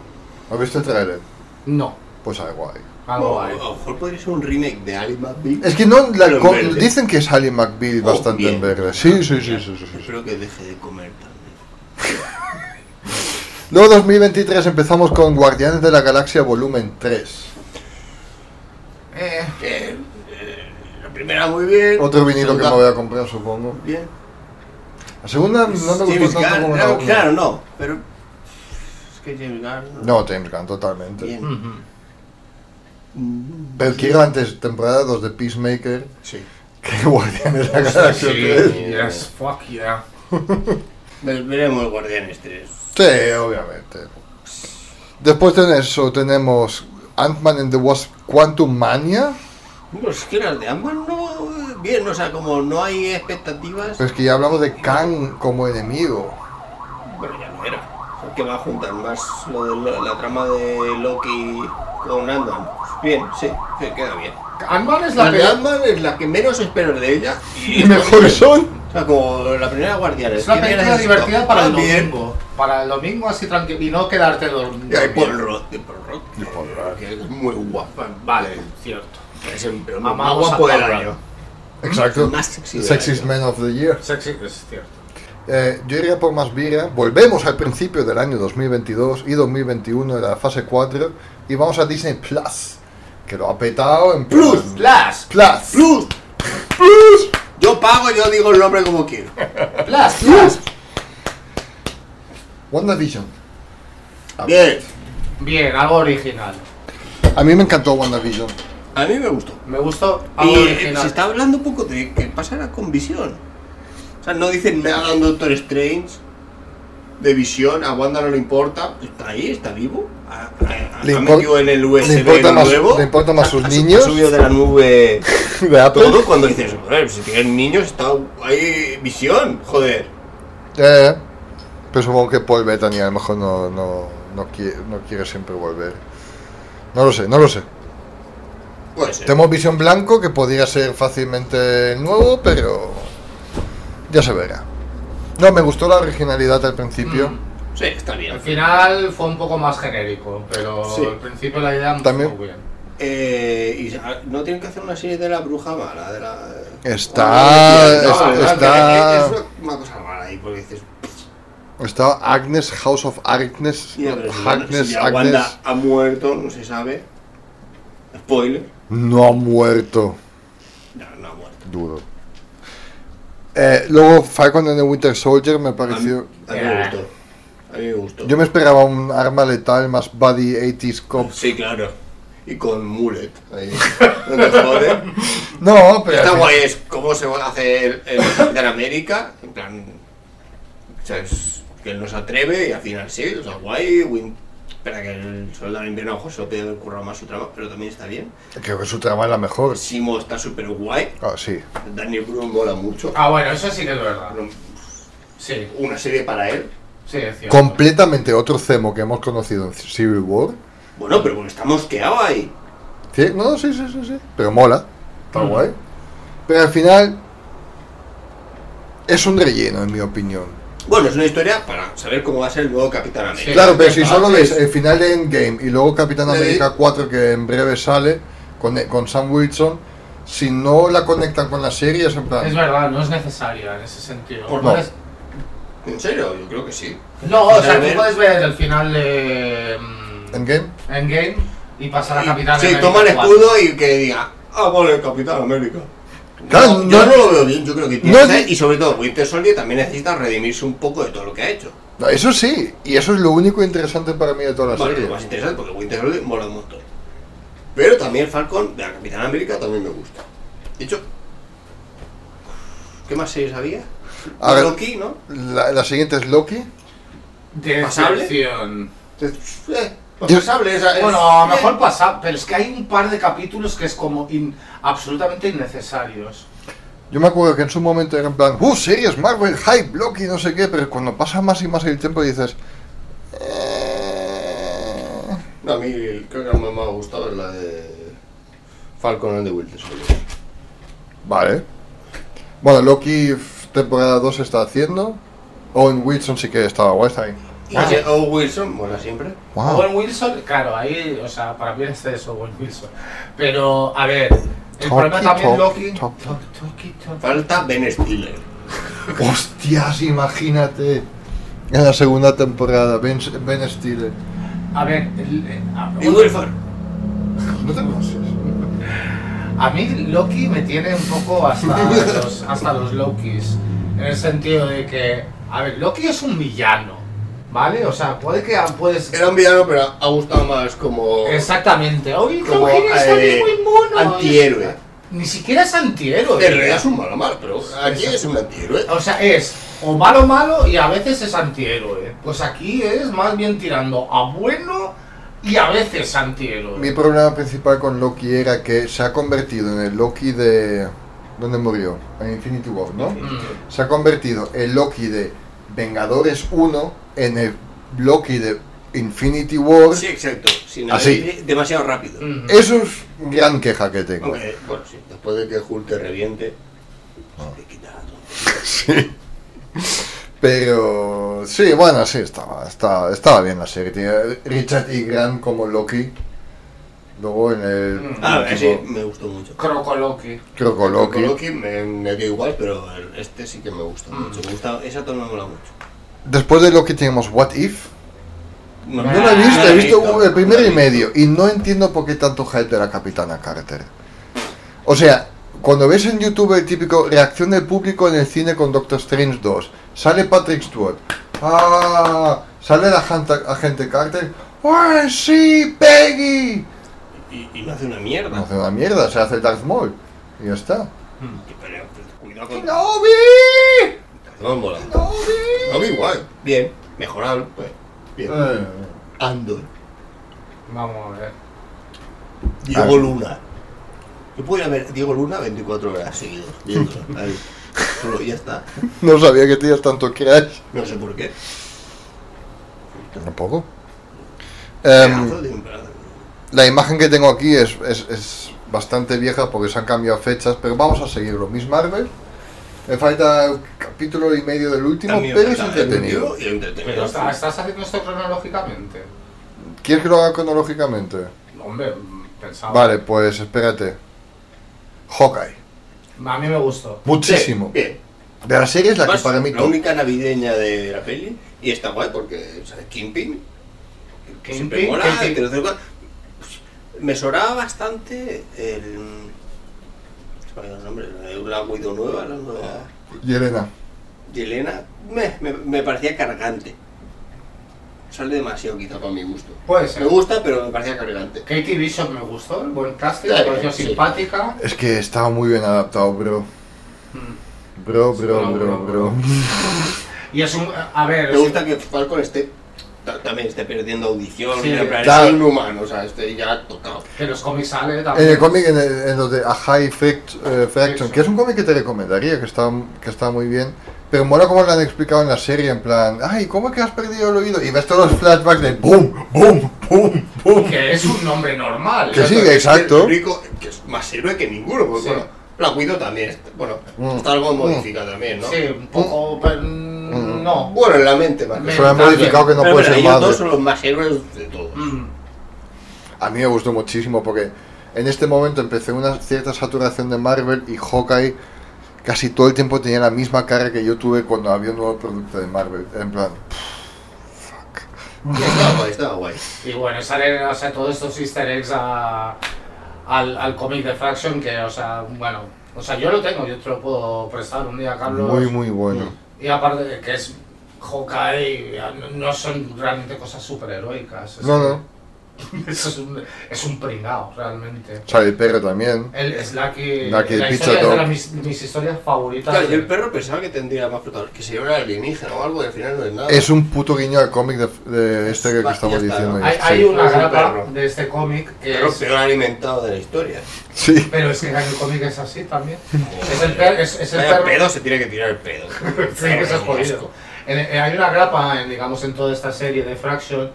A: ¿Has visto el trailer?
C: No,
A: Pues algo hay.
C: algo
B: O-
C: hay.
B: A lo mejor podría ser un remake de Ali McBeal.
A: Es que no, la
B: Pero
A: co-
B: en verde.
A: dicen que es Alien McBeal
B: Oh,
A: bastante
B: bien.
A: en verde. Sí, sí, sí, sí, sí, sí, sí.
B: Espero que deje de comer también.
A: Luego 2023 empezamos con Guardianes de la Galaxia Volumen 3.
C: Eh,
B: Eh, eh, la primera muy bien.
A: Otro vinilo que
B: segunda
A: me voy a comprar, supongo.
B: Bien.
A: La segunda no me
B: James
A: gustó tanto
B: Gunn,
A: como la
B: claro,
A: una.
B: claro, no. Pero es que James Gunn.
A: No, James Gunn, totalmente.
B: Bien.
C: ujú.
A: Pero quiero antes temporada 2 de Peacemaker
B: Sí.
A: que <laughs> Guardianes de la Galaxia
C: Sí,
A: 3.
C: yes, fuck yeah.
B: Ve- Veremos Guardianes 3.
A: Sí, obviamente. Después de eso tenemos Ant-Man and the Wasp Quantum Mania.
B: Pues que las de ambas no. Bien, o sea, como no hay expectativas,
A: Pero es que ya hablamos de Kang como enemigo.
B: pero ya no era. Que va a juntar más lo de lo- la trama de Loki con Andan. Bien, sí, que queda bien.
C: Ant-Man es
B: La
C: la
B: de
C: peor,
B: Andan es la que menos espero de ella.
A: Y <laughs> mejores son.
B: O sea, como la primera Guardianes.
C: es la
B: ¿Quién era
C: película
B: esto?
C: divertida
B: Ah,
C: para el
B: También.
C: domingo. Para el domingo así tranquilo y no quedarte
B: Y hay Paul
C: dormido.
B: Roth, de Paul Roth, que es muy guapa.
C: Vale, cierto.
B: Es el pero más
C: Amamos
B: guapo
C: a
B: del
C: Paul
B: año.
A: Exacto.
B: Más sexy del
A: Sexiest
B: año.
A: Man of the Year.
C: Sexy, es cierto.
A: Eh, yo iría por más vira. Volvemos al principio del año 2022 y 2021 de la fase 4 y vamos a Disney Plus, que lo ha petado en
B: Plus,
A: plan-
B: Plus,
A: Plus.
B: Plus, Yo pago, yo digo el nombre como quiero.
C: Plus,
A: Plus. WandaVision. A ver,
B: Bien,
C: Bien, algo original.
A: A mí me encantó WandaVision.
B: a mí me gustó.
C: Me gustó
B: Y
C: algo
B: eh,
C: original.
B: se está hablando un poco de que pasará con visión. O sea, no dicen nada en Doctor Strange de visión, a Wanda no le importa. Está ahí, está vivo. Ha, ha-
A: Le
B: ha
A: impor-
B: metido en el USB
A: le importa
B: lo
A: más-
B: nuevo.
A: le importa más
B: Ha-
A: sus
B: ha- ha
A: niños.
B: subido de
A: <laughs>
B: la nube
A: De Apple.
B: todo cuando dices, "Joder, si tienen niños, está ahí visión, joder.
A: Eh, pero supongo que Paul Bettany a lo mejor no, no, no, quiere, no quiere siempre volver. No lo sé, no lo sé.
B: Puede ser.
A: Tenemos Visión Blanco, que podría ser fácilmente nuevo, pero ya se verá. No, me gustó la originalidad al principio.
C: Mm.
B: Sí, está
C: El
B: bien.
C: final fue un poco más genérico, pero
B: Sí.
C: al principio la idea
A: También-
C: muy bien.
B: Eh, y sa- no tienen que hacer una serie de la bruja mala, de la. Ah,
A: Está-
B: No,
A: es-
B: no, no,
A: está-
B: Es una cosa rara ahí, porque dices.
A: Estaba Agnes, House of Agnes.
B: Tía, pero si Wanda-
A: Agnes,
B: si ya
A: Agnes.
B: Wanda ha muerto, no se sabe. Spoiler.
A: No ha muerto,
B: No, no ha muerto.
A: dudo. Eh, luego Falcon and the Winter Soldier me
B: A mí,
A: pareció...
B: a mí me gustó. A mí me gustó.
A: Yo me esperaba un arma letal más Buddy 80s Cops.
B: Sí, claro. Y con Mullet. Ahí. No te
A: <laughs>
B: jode.
A: No, pero...
B: Está
A: al
B: guay, es cómo se va a hacer el Capitán América. En plan. O sea, es que él no se atreve y al final sí. O sea, guay. Win- Espera que el soldado del invierno, ojo, se lo pide haber currado más su trabajo, pero también está bien.
A: final- Creo que su trama es la mejor.
B: Simo está súper guay.
A: Ah, sí.
B: Daniel Brun mola mucho.
C: Ah, bueno, eso sí que es verdad. Sí,
B: Una serie para él.
C: sí, es cierto.
A: Completamente otro Zemo que hemos conocido en Civil War.
B: Bueno, pero porque está mosqueado ahí.
A: Sí, no, sí, sí, sí, sí. Pero mola. Está
C: Mm.
A: guay. Pero al final es un relleno, en mi opinión.
B: Bueno, es una historia para saber cómo va a ser el nuevo Capitán América.
C: Sí.
A: claro, pero si
C: ah,
A: solo
C: sí.
A: ves el final de Endgame y luego Capitán
B: Sí.
A: América 4, que en breve sale, con, eh, con Sam Wilson, si no la conectan con la serie, es en plan...
C: Es verdad, no es necesaria en ese sentido.
B: Por
A: no.
C: Puedes-
B: ¿En serio? Yo creo que sí.
C: No, o sea,
B: Final
C: tú
B: ver-
C: puedes ver el final de mm,
A: ¿Endgame?
C: Endgame y pasar a Capitán
B: sí,
C: América
B: toma el
C: 4.
B: escudo y que diga, ah, vale, Capitán América.
A: Claro,
B: no,
A: no-
B: yo no lo veo bien, yo creo que tiene
A: no
B: que
A: es-
B: ser- y sobre todo Winter Soldier también necesita redimirse un poco de todo lo que ha hecho.
A: No, eso sí, y eso es lo único interesante para mí de toda la
B: Bueno,
A: serie.
B: lo más interesante porque Winter Soldier mola un montón. Pero también Falcon de la Capitán América también me gusta. De hecho, ¿qué más series había?
A: A ver.
B: Loki, ¿no?
A: La, la siguiente es Loki.
C: De
B: ¿Pasable?
C: excepción.
B: Entonces, eh,
A: Yo-
B: pasable, esa- es-
C: Bueno, a lo
B: eh,
C: mejor pasa, pero es que hay un par de capítulos que es como in- absolutamente innecesarios.
A: Yo me acuerdo que en su momento era en plan, ¡uh, series Marvel, hype, Loki, no sé qué! Pero cuando pasa más y más el tiempo dices... "Eh".
B: No, a mí el- creo que la más me ha gustado es la de Falcon and the Winter Soldier.
A: Vale. Bueno, Loki f- temporada 2 está haciendo. Owen Wilson sí que estaba guay, está ahí.
B: Y Ah. ese Owen Wilson, mola siempre.
A: Wow.
C: Owen Wilson, claro, ahí, o sea, para mí es eso, Owen Wilson. Pero, a ver, el
A: Talkie,
C: problema también,
A: talk,
C: Loki.
A: talk.
C: Talk, talkie, talk.
B: Falta Ben Stiller.
A: Hostias, imagínate. En la segunda temporada, Ben, ben Stiller.
C: A ver, el- eh, a-
B: Y Wilford.
A: No te pases.
C: A mí Loki me tiene un poco
B: <laughs>
C: hasta los, hasta los Lokis. En el sentido de que, a ver, Loki es un villano, ¿vale? O sea, puede que puedes...
B: Era un villano, pero ha gustado más como.
C: Exactamente. Oye, este
B: Como,
C: Eugenio está bien
B: eh,
C: muy mono.
B: antihéroe.
C: Ni siquiera es antihéroe.
B: En realidad es un malo malo, pero aquí
C: Exacto.
B: es un antihéroe.
C: O sea, es o malo malo y a veces es antihéroe. Pues aquí es más bien tirando a bueno y a veces
A: Mi
C: antihéroe.
A: problema principal con Loki era que se ha convertido en el Loki de... ¿Dónde murió? En Infinity War, ¿no?
C: Mm.
A: Se ha convertido el Loki de Vengadores 1 en el Loki de Infinity War.
B: Sí, exacto. Sin
A: Así.
B: ir demasiado rápido.
C: Mm.
A: Eso es gran queja que tengo.
B: Aunque, bueno, sí, después de que Hulk te reviente, se te quita la tontería.
A: Pero sí, bueno, sí, estaba, estaba, estaba bien la serie. Tenía Richard y Grant como Loki. Luego en el.
C: Mm.
B: Ah, sí,
A: último,
B: me gustó mucho.
C: Croco Loki.
A: Creo que
B: Con
A: Loki.
B: Loki me, me dio igual, pero el- este sí que me gustó mucho. Me gusta, esa toma me mola mucho.
A: Después de Loki tenemos What If.
B: No,
A: No la he visto,
B: Ah, la
A: he visto
B: visto,
A: el primero
B: no la
A: y
B: he
A: medio. Y no entiendo por qué tanto hype de la Capitana Carter. O sea, cuando ves en YouTube el típico reacción del público en el cine con Doctor Strange 2, sale Patrick Stewart. ¡Ah! Sale la agente, agente Carter. ¡Ay, sí, Peggy!
B: Y, y no hace una mierda.
A: No hace una mierda, se hace Darth Maul. Y ya está.
B: Pero, pero pues, cuidado con.
A: ¡Kenobi!
B: No me mola.
A: ¡Kenobi!
B: No, igual. Bien, mejorable, pues. Bien.
A: Eh, Ah.
B: Andor.
C: Vamos a ver.
B: Diego Luna. Yo puedo ir a ver Diego Luna 24
A: <laughs>
B: horas seguidas. viéndolo, ahí. Solo ya está.
A: No sabía que tenías tanto crash.
B: No sé por qué.
A: Tampoco. Em,
B: Pedazo de temporada.
A: La imagen que tengo aquí es, es- es bastante vieja porque se han cambiado fechas, pero vamos a seguirlo. Miss Marvel. Me falta un capítulo y medio del último,
B: También
A: pero es
B: está
A: entretenido.
B: y entretenido.
C: Pero está- estás haciendo esto cronológicamente.
A: ¿Quieres que lo haga cronológicamente?
C: Hombre,
B: Ah.
C: pensaba.
A: Vale, pues espérate. Hawkeye.
C: A mí me gustó.
A: Muchísimo.
B: Sí, bien.
A: De la serie es la
B: Además,
A: que para mí
B: la
A: top.
B: única navideña de la peli. Y está guay porque, ¿sabes? Kingpin. Que siempre
C: Kingpin,
B: mola,
C: Kingpin.
B: que no sé cuál. Pues, Me sonaba bastante el. se me ha ido el nombre, la Guido nueva, la nueva.
A: Yelena.
B: Yelena me, me, me parecía cargante. Sale demasiado quizá para mi gusto.
C: Puede ser.
B: Me gusta, pero me parecía cargante.
C: Katie Bishop me gustó, el buen casting, me
B: Sí,
C: pareció
B: sí.
C: simpática.
A: Es que estaba muy bien adaptado, bro. Bro, bro,
C: Bro,
A: bro,
C: bro,
A: bro.
C: Y es un. A ver,
B: Me
C: es-
B: gusta que Falcon esté ta- también esté perdiendo audición,
C: Sí.
B: en plan,
A: Claro.
B: es un humano, o sea, esté ya tocado.
C: que los cómics sale
A: En
C: también.
A: el cómic, en, el- en lo de A High Fract- eh, Fraction, que es un cómic que te recomendaría, que está, que está muy bien, pero mola como lo han explicado en la serie, en plan, ay, ¿cómo es que has perdido el oído? Y ves todos los flashbacks de boom, boom, boom, boom.
C: Que es un nombre normal.
A: Que sí,
B: Exacto,
A: exacto.
B: Es el único que es más héroe que ninguno, porque
C: Sí.
B: bueno, la Guido también, está- bueno,
A: Mm.
B: está algo modificada también, ¿no?
C: Sí, un
A: Oh.
C: poco. pero, mm, No.
B: Bueno, en la mente, más que-
A: Se lo han
C: También.
A: modificado que no
B: Pero,
A: puede
B: pero
A: ser
B: ellos dos
A: madre.
B: son los más héroes de todos.
C: Mm.
A: A mí me gustó muchísimo porque en este momento empecé una cierta saturación de Marvel y Hawkeye casi todo el tiempo tenía la misma cara que yo tuve cuando había un nuevo producto de Marvel. En plan,
B: Y Estaba guay, estaba guay.
C: Y bueno, salen o sea, todos estos easter eggs a- al, al cómic de Fraction, que, o sea, bueno. O sea, yo lo tengo, yo te lo puedo prestar un día, Carlos.
A: muy, muy bueno.
C: Y aparte de que es Hawkeye, no- no son realmente cosas superheroicas. es
A: No,
C: que-
A: no.
C: <laughs> Eso es un, es un pringao, realmente.
A: O sea, el perro también.
C: El, es la que.
A: La que
C: la
A: Pizza
C: historia es
A: Dog.
C: de las mis, mis historias favoritas.
B: Claro, yo
C: de-
B: el perro pensaba que tendría más protagonismo, que sería un alienígena o algo y al final no es nada.
A: Es un puto guiño al cómic de, de este que,
B: Va, ya
A: estamos
B: está,
A: diciendo.
B: ¿no?
C: hay,
A: sí.
C: hay una
B: es un
C: grapa
B: perro.
C: de este cómic que
B: Pero
C: es-
B: peor alimentado de la historia.
A: Sí.
C: Pero es que el cómic es así también. es el, per- es, es el
B: Vaya
C: perro.
B: pedo se tiene que tirar el pedo.
C: <laughs> Sí, que eso es jodido. En- en- hay una grapa, en, digamos, en toda esta serie de Fraction,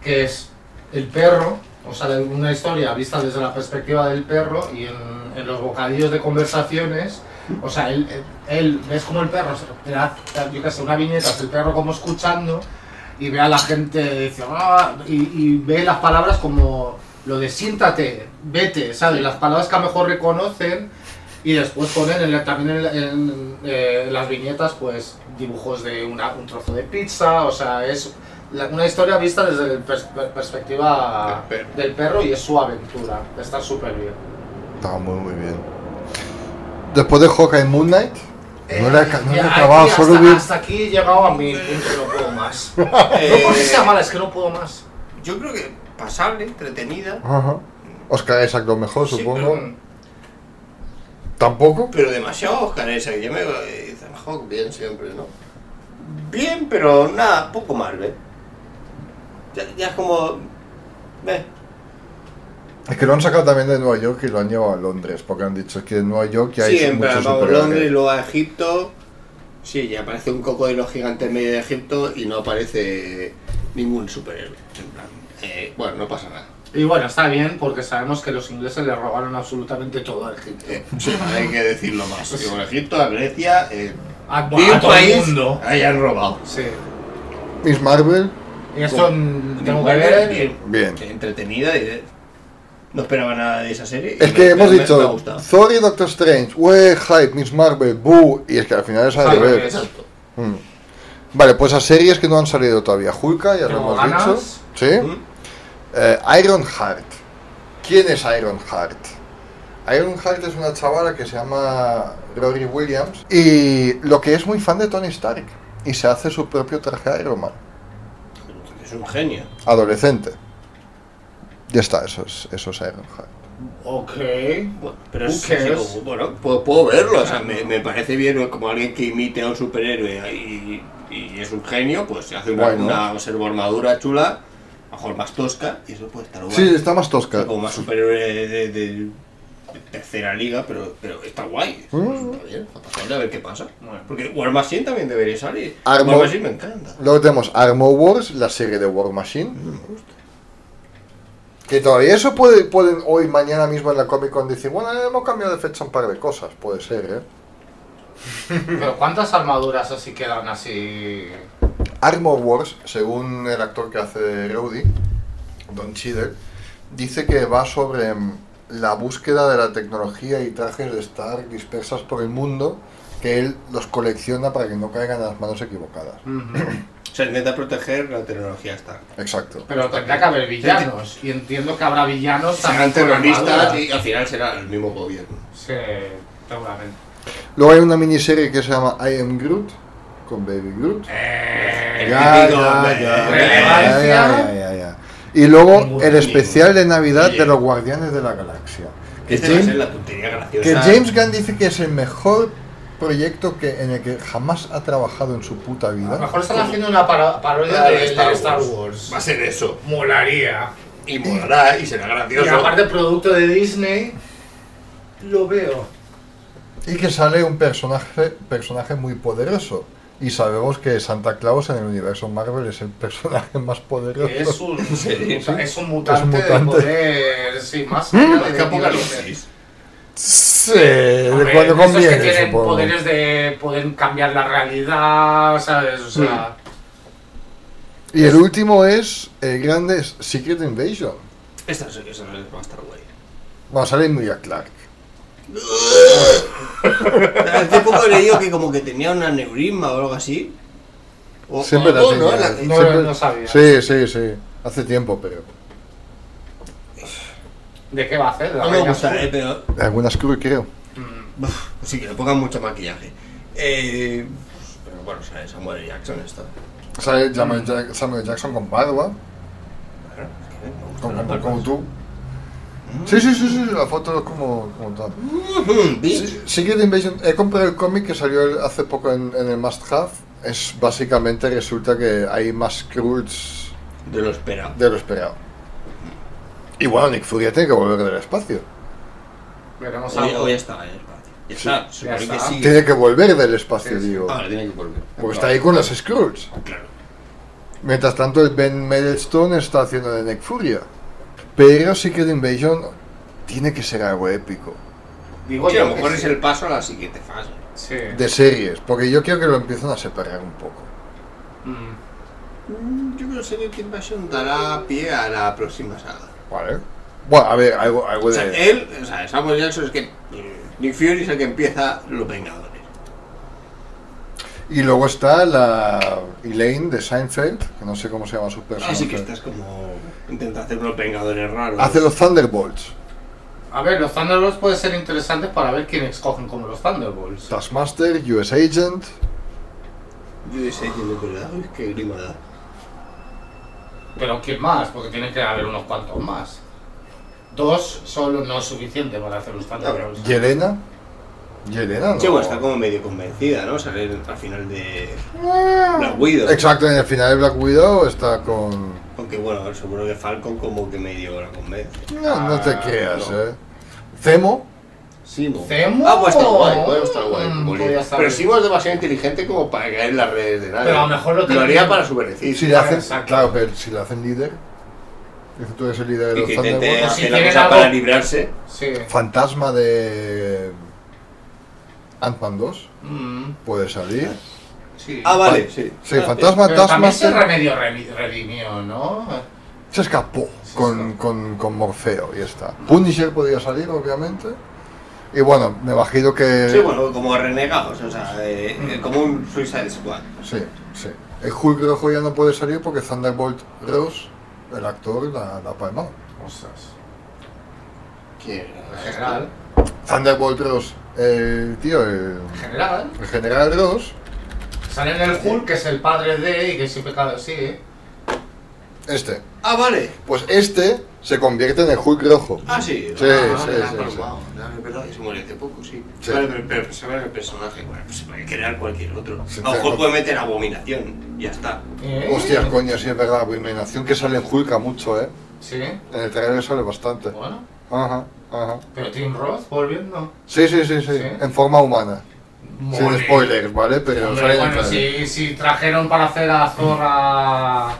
C: que es el perro, o sea, de una historia vista desde la perspectiva del perro y en, en los bocadillos de conversaciones, o sea, él, él- él- ves como el perro, se- te da- te da, yo qué sé, una viñeta, es el perro como escuchando y ve a la gente, dice, "Ah", y, y ve las palabras como lo de siéntate, vete, ¿sabes? Las palabras que a lo mejor reconocen y después ponen en la- también en, la- en, eh, las viñetas pues dibujos de una- un trozo de pizza, o sea, es la- una historia vista desde la pers- per- perspectiva
B: Del perro.
C: del perro y es su aventura, está súper bien.
A: Está muy, muy bien. Después de Hawkeye Moon Knight,
B: Eh,
A: no le ha no le
C: Ya,
A: he
C: aquí
A: acabado,
C: hasta,
A: solo vi.
C: hasta aquí he llegado a mi punto, no puedo
A: <laughs>
C: más. No porque sea mala, es que no puedo más.
B: Eh, yo creo que pasable, entretenida,
A: Ajá. Oscar Isaac lo mejor,
B: Sí,
A: supongo.
B: pero-
A: ¿Tampoco?
B: pero demasiado Oscar esa, que yo me eh, Hawk bien siempre, ¿no? Bien, pero nada, poco mal, ¿ves? Ya, ya es como. ¿Ves?
A: Es que lo han sacado también de Nueva York y lo han llevado a Londres, porque han dicho que en Nueva York ya hay
B: Sí, en plan,
A: muchos
B: vamos a
A: superhéroes.
B: Londres, luego a Egipto. Sí, ya aparece un cocodrilo gigante en medio de Egipto y no aparece ningún superhéroe. En plan, eh, bueno, no pasa nada.
C: Y bueno, está bien porque sabemos que los ingleses le robaron absolutamente todo a Egipto.
B: <laughs> Eh, hay que decirlo más. Digo, en Egipto, a Grecia, eh,
C: A, a
B: y un
C: todo el
B: país
C: mundo.
B: hayan robado.
C: Sí.
A: Miss Marvel,
C: Y esto mm, tengo que ver.
B: Bien,
A: bien.
B: entretenida. y de- no esperaba nada de esa serie. y
A: Es
B: me-
A: que hemos
B: me- me- Me ha
A: dicho
B: gustado.
A: Thor y Doctor Strange, wey, hype, Miss Marvel, boo, y es que al final es al
C: Al
A: revés.
C: revés.
B: Exacto.
A: Mm. Vale, pues a series que no han salido todavía. Hulka, ya lo
C: Tengo
A: hemos
C: ganas.
A: dicho. Sí.
B: Mm.
A: Eh, Iron Heart. ¿Quién es Iron Heart? Iron Heart es una chavala que se llama Rory Williams y lo que es muy fan de Tony Stark y se hace su propio traje de Iron Man,
B: Es un genio.
A: adolescente. Ya está, eso es, eso es Iron Heart.
C: Ok.
B: Bueno, Pero
C: Who
B: es,
C: cares?
B: digo, bueno, puedo, puedo verlo, o sea, me, me parece bien como alguien que imite a un superhéroe y, y es un genio, pues se hace una,
A: Guay, ¿no?
B: una servoarmadura chula, a lo mejor más tosca, y eso puede estar guay.
A: Sí, está más
B: O sea,
A: tosca.
B: Como más superhéroe de, de- de tercera liga, pero, pero está guay, eso
A: Mm.
B: está bien, fantasable, a ver qué pasa.
C: Bueno.
B: Porque War Machine también debería salir.
A: Armo-
B: War Machine me encanta.
A: Luego tenemos Armor Wars, la serie de War Machine. Que todavía eso puede, pueden hoy, mañana mismo en la Comic Con decir, bueno, hemos cambiado de fecha un par de cosas, puede ser, ¿eh?
C: Pero ¿cuántas armaduras así quedan así?
A: Armor Wars, según el actor que hace de Rowdy, Don Cheadle, dice que va sobre mm, la búsqueda de la tecnología y trajes de Stark dispersas por el mundo, que él los colecciona para que no caigan en las manos equivocadas.
B: O sea, intenta proteger la tecnología Stark.
A: Exacto.
C: Pero tendrá que haber villanos. Y entiendo que habrá villanos
B: Serán
C: también.
B: terroristas
C: y...
B: y al final será el mismo gobierno.
C: Sí, seguramente.
A: Luego hay una miniserie que se llama I Am Groot, con Baby Groot.
C: Eh,
A: Ya,
B: típico,
A: ya,
B: hombre,
A: ya,
C: relevancia.
A: ya, ya, ya, ya. Y luego
C: Muy
A: el
C: bien.
A: especial de Navidad de
B: Bien.
A: los Guardianes de la Galaxia. Que,
B: Este va a ser
A: James,
B: la tontería graciosa.
A: que James Gunn dice que es el mejor proyecto que, en el que jamás ha trabajado en su puta
C: a lo
A: vida.
C: mejor están haciendo una paro- parodia
B: Claro,
C: de, de Star, Wars.
B: Va a ser eso.
C: Molaría.
B: Y molará y será
C: Y
B: gracioso.
C: aparte producto de Disney, lo veo.
A: Y que sale un personaje, personaje muy poderoso. Y sabemos que Santa Claus en el universo Marvel es el personaje más poderoso.
C: Que
B: <laughs>
C: es un,
B: serio?
C: muta- es un
A: Es
C: mutante,
A: un mutante.
C: de poder. Sí,
B: <laughs>
C: más allá
B: Es
C: de
B: que apocalipsis.
A: Sí, de
C: Hombre,
A: cuando
C: de esos
A: conviene,
C: que tienen
A: supongo.
C: poderes de poder cambiar la realidad, ¿sabes? O sea,
A: Y el último es el grande es Secret Invasion.
B: Esta es esta es- va a estar guay.
A: Bueno, sale Emilia Clark.
B: Hace poco he leído que como que tenía un aneurisma o algo así. O,
A: Siempre
B: o
A: la
B: no,
A: tenía.
B: ¿no? La-
C: no,
A: Siempre-
C: no sabía.
A: Sí, sí, sí. Hace tiempo, pero.
C: ¿de qué va a hacer? ¿La
B: Mm. no me
C: Reina
B: gusta,
C: Azul?
B: eh, pero
A: Algunas creo, creo.
C: Mm,
B: Uf, sí que le pongan mucho maquillaje. Eh, pero bueno, o sea, Samuel Jackson está. Mm.
A: Sale Jama- Ja- Samuel Jackson con barba.
B: Bueno, es que no
A: Como, como tú.
B: Mm.
A: Sí, sí, sí, sí, la foto es como, como tal.
B: Bitch.
A: Sí, Secret Invasion, he comprado el cómic que salió el- hace poco en, en el Must Have. Es básicamente resulta que hay más Skrulls
B: De lo esperado.
A: de lo esperado. Y bueno, Nick Fury ya tiene que volver del espacio.
C: Veremos
B: Hoy,
C: algo.
B: hoy ya estaba en el patio. Ya está, supongo
C: ya
B: que
C: está.
B: sí. Ah,
A: Tiene que volver del espacio,
C: Sí, sí.
A: digo.
B: Ahora tiene que volver.
A: Porque está ahí con las Skrulls.
B: Claro.
A: Mientras tanto, el Ben Middlestone está haciendo de Nick Furia. Pero Secret Invasion tiene que ser algo épico.
C: Digo
B: Sí,
C: yo
B: a
C: que
B: lo mejor
C: sí.
B: es el paso a la siguiente fase.
C: Sí.
A: De series, porque yo creo que lo empiezan a separar un poco.
C: Mm.
B: Mm, Yo creo que Secret Invasion dará pie a la próxima saga.
A: ¿Vale? Bueno, a ver, algo, algo
B: O sea, eh,
A: de...
B: él, o sea, Samuel Jackson es que. mm, Nick Fury es el que empieza Los Vengadores.
A: Y luego está la Elaine de Seinfeld, que no sé cómo se llama su personaje.
B: Así Ah, que estás como. Intenta hacer unos Vengadores raros.
A: Hace los Thunderbolts.
C: A ver, los Thunderbolts pueden ser interesantes para ver quién escogen como los Thunderbolts.
A: Taskmaster, US Agent...
B: Yo diseño de verdad, uy, qué grima da.
C: Pero ¿quién más? Porque tiene que haber unos cuantos más. Dos solo no es suficiente para hacer los Thunderbolts.
A: Yelena... Yelena, no.
B: Sí, bueno, está como medio convencida, ¿no? Salir al final de. Black Widow.
A: Exacto, en el final de Black Widow está con...
B: Aunque bueno, seguro que Falcon como que medio la convence.
A: No, no te
C: Ah,
A: creas,
B: no.
A: ¿eh? Zemo...
B: Simo.
C: ¿Zemo?
B: Ah, pues está guay, bueno, está guay.
C: Mm,
B: como
C: podía
B: líder.
C: estar
B: Pero
C: bien.
B: Simo es demasiado inteligente como para caer en las redes de nadie.
C: Pero a lo mejor lo tiene-
B: haría para su beneficio.
A: Si le hacen,
C: exacto.
A: claro, pero si le hacen líder... Dice tú eres el líder de
B: Y
A: los
B: que intente
A: Thunderbolts...
C: Si
B: hacer la
C: tienen
B: cosa
C: algo-
B: para librarse.
C: Sí.
A: Fantasma de... Ant-Man 2
C: Mm,
A: puede salir.
C: sí.
B: Ah, vale, sí.
A: Sí, Fantasma,
C: Pero también se
A: Taskmaster
C: remedio remi- redimió, ¿no?
A: se escapó
C: Se
A: con,
C: escapó.
A: con, con Morfeo y ya está. Punisher podía salir, obviamente. Y bueno, me imagino que...
B: Sí, bueno, como renegados, o sea, eh,
C: Mm.
B: eh, como un Suicide Squad.
A: Sí, sí. El Hulk rojo ya no puede salir porque Thunderbolt Ross, el actor, la, la ha palmado.
C: Ostras.
B: Que
C: En general.
A: Thunderbolt Ross, el tío, el,
C: En general.
A: el general Ross,
C: Sale en el Hulk, que es el padre de y que siempre cae así, ¿eh?
A: este.
B: Ah, vale.
A: Pues este se convierte en el Hulk rojo.
B: Ah, sí.
A: Sí,
B: Ah, vale,
A: sí,
B: ah,
A: sí,
B: bueno,
A: sí.
B: wow, ya, es verdad que se muere hace poco, sí.
A: Sí.
B: Vale, pero, pero se va el personaje, bueno, pues se puede crear cualquier otro.
A: Sí,
B: A lo mejor
A: claro.
B: puede meter abominación, ya está.
C: ¿Eh?
A: Hostia, coño, sí es verdad, abominación que sale en Hulk mucho, ¿eh?
C: Sí.
A: En el trailer sale bastante.
C: Bueno.
A: Ajá, ajá.
C: Pero Tim Roth volviendo.
A: Sí, sí, sí, sí,
C: Sí.
A: en forma humana. Sin
C: Mole.
A: spoilers, ¿vale? Pero
C: Hombre,
A: sale en el
C: bueno,
A: trailer.
C: si, si trajeron para hacer a Zorra.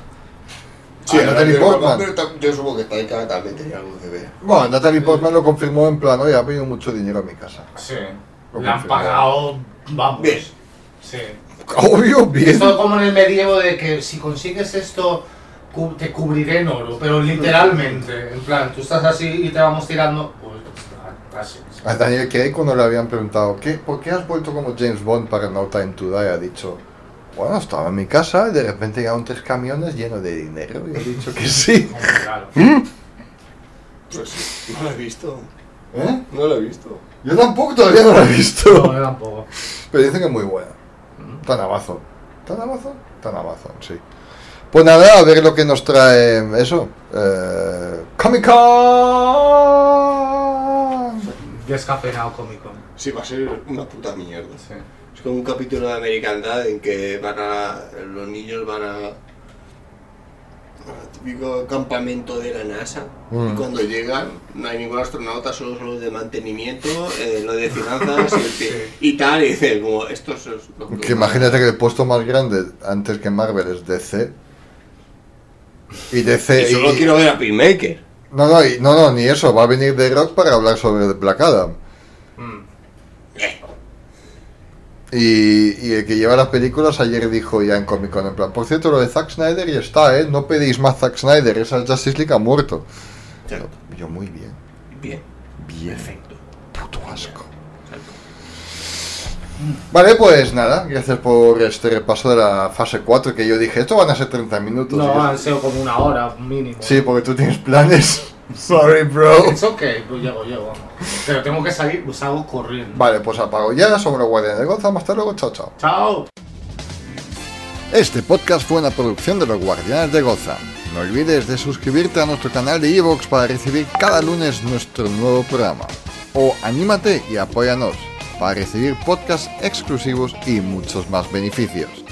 A: Sí,
B: Ah,
A: Natalie
B: pero-
A: Portman.
B: pero tam- yo supongo que Taika también tenía algo que ver.
A: Bueno, Natalie Portman lo confirmó en plan, oye, ha venido mucho dinero a mi casa. <laughs>
C: Sí.
A: Lo
C: Le han
A: confirmo.
C: pagado. Vamos.
B: Bien.
C: Sí.
A: Obvio, bien.
C: Esto como en el medievo de que si consigues esto cu- te cubriré en oro, pero literalmente, en plan, tú estás así y te vamos tirando, pues así.
A: <laughs> A Daniel Craig cuando le habían preguntado, ¿qué, ¿por qué has vuelto como James Bond para No Time to Die? Ha dicho, bueno, estaba en mi casa y de repente llegaron tres camiones llenos de dinero y he dicho que sí.
C: Como, Claro.
B: <laughs> No lo he visto.
A: <laughs> ¿Eh?
B: Pues No lo he visto.
A: Yo tampoco todavía no lo he
C: No,
A: visto.
C: yo tampoco.
A: <laughs> Pero dicen que es muy buena. Tan Amazon. ¿Tan Amazon? Tan Amazon, sí. Pues nada, a ver lo que nos trae eso. Eh, Comic Con.
C: Descafeinado cómico.
B: Sí, va a ser una puta mierda.
C: Sí.
B: Es como un capítulo de Americandad en que van a, los niños van a, al típico campamento de la NASA
A: Mm.
B: y cuando llegan no hay ningún astronauta, solo son los de mantenimiento, eh, los de finanzas <laughs> y, el que- y tal, y dice como estos son los
A: Que imagínate que el puesto más grande antes que Marvel es DC. Y DC.
B: Y solo
A: y-
B: quiero ver a Peacemaker.
A: No, no, y- no, no, ni eso. Va a venir The Rock para hablar sobre Black Adam.
C: Mm.
A: Y, y el que lleva las películas ayer dijo ya en Comic Con, en plan, por cierto, lo de Zack Snyder ya está, ¿eh? No pedís más Zack Snyder, esa Justice League ha muerto. Yo, yo, muy bien.
B: Bien,
A: Bien,
B: perfecto.
A: puto asco. Vale, pues nada, gracias por este repaso de la fase 4 que yo dije, esto van a ser 30 minutos.
C: No,
A: Y-
C: han sido como una hora mínimo.
A: Sí, porque tú tienes planes. Sorry, bro.
C: It's okay, pues llego, llego. Pero tengo que salir, pues hago corriendo.
A: Vale, pues apago ya, somos los guardianes de Gotham, hasta luego, chao, chao.
C: Chao.
A: Este podcast fue una producción de los guardianes de Gotham. No olvides de suscribirte a nuestro canal de Evox para recibir cada lunes nuestro nuevo programa. O anímate y apóyanos para recibir podcasts exclusivos y muchos más beneficios.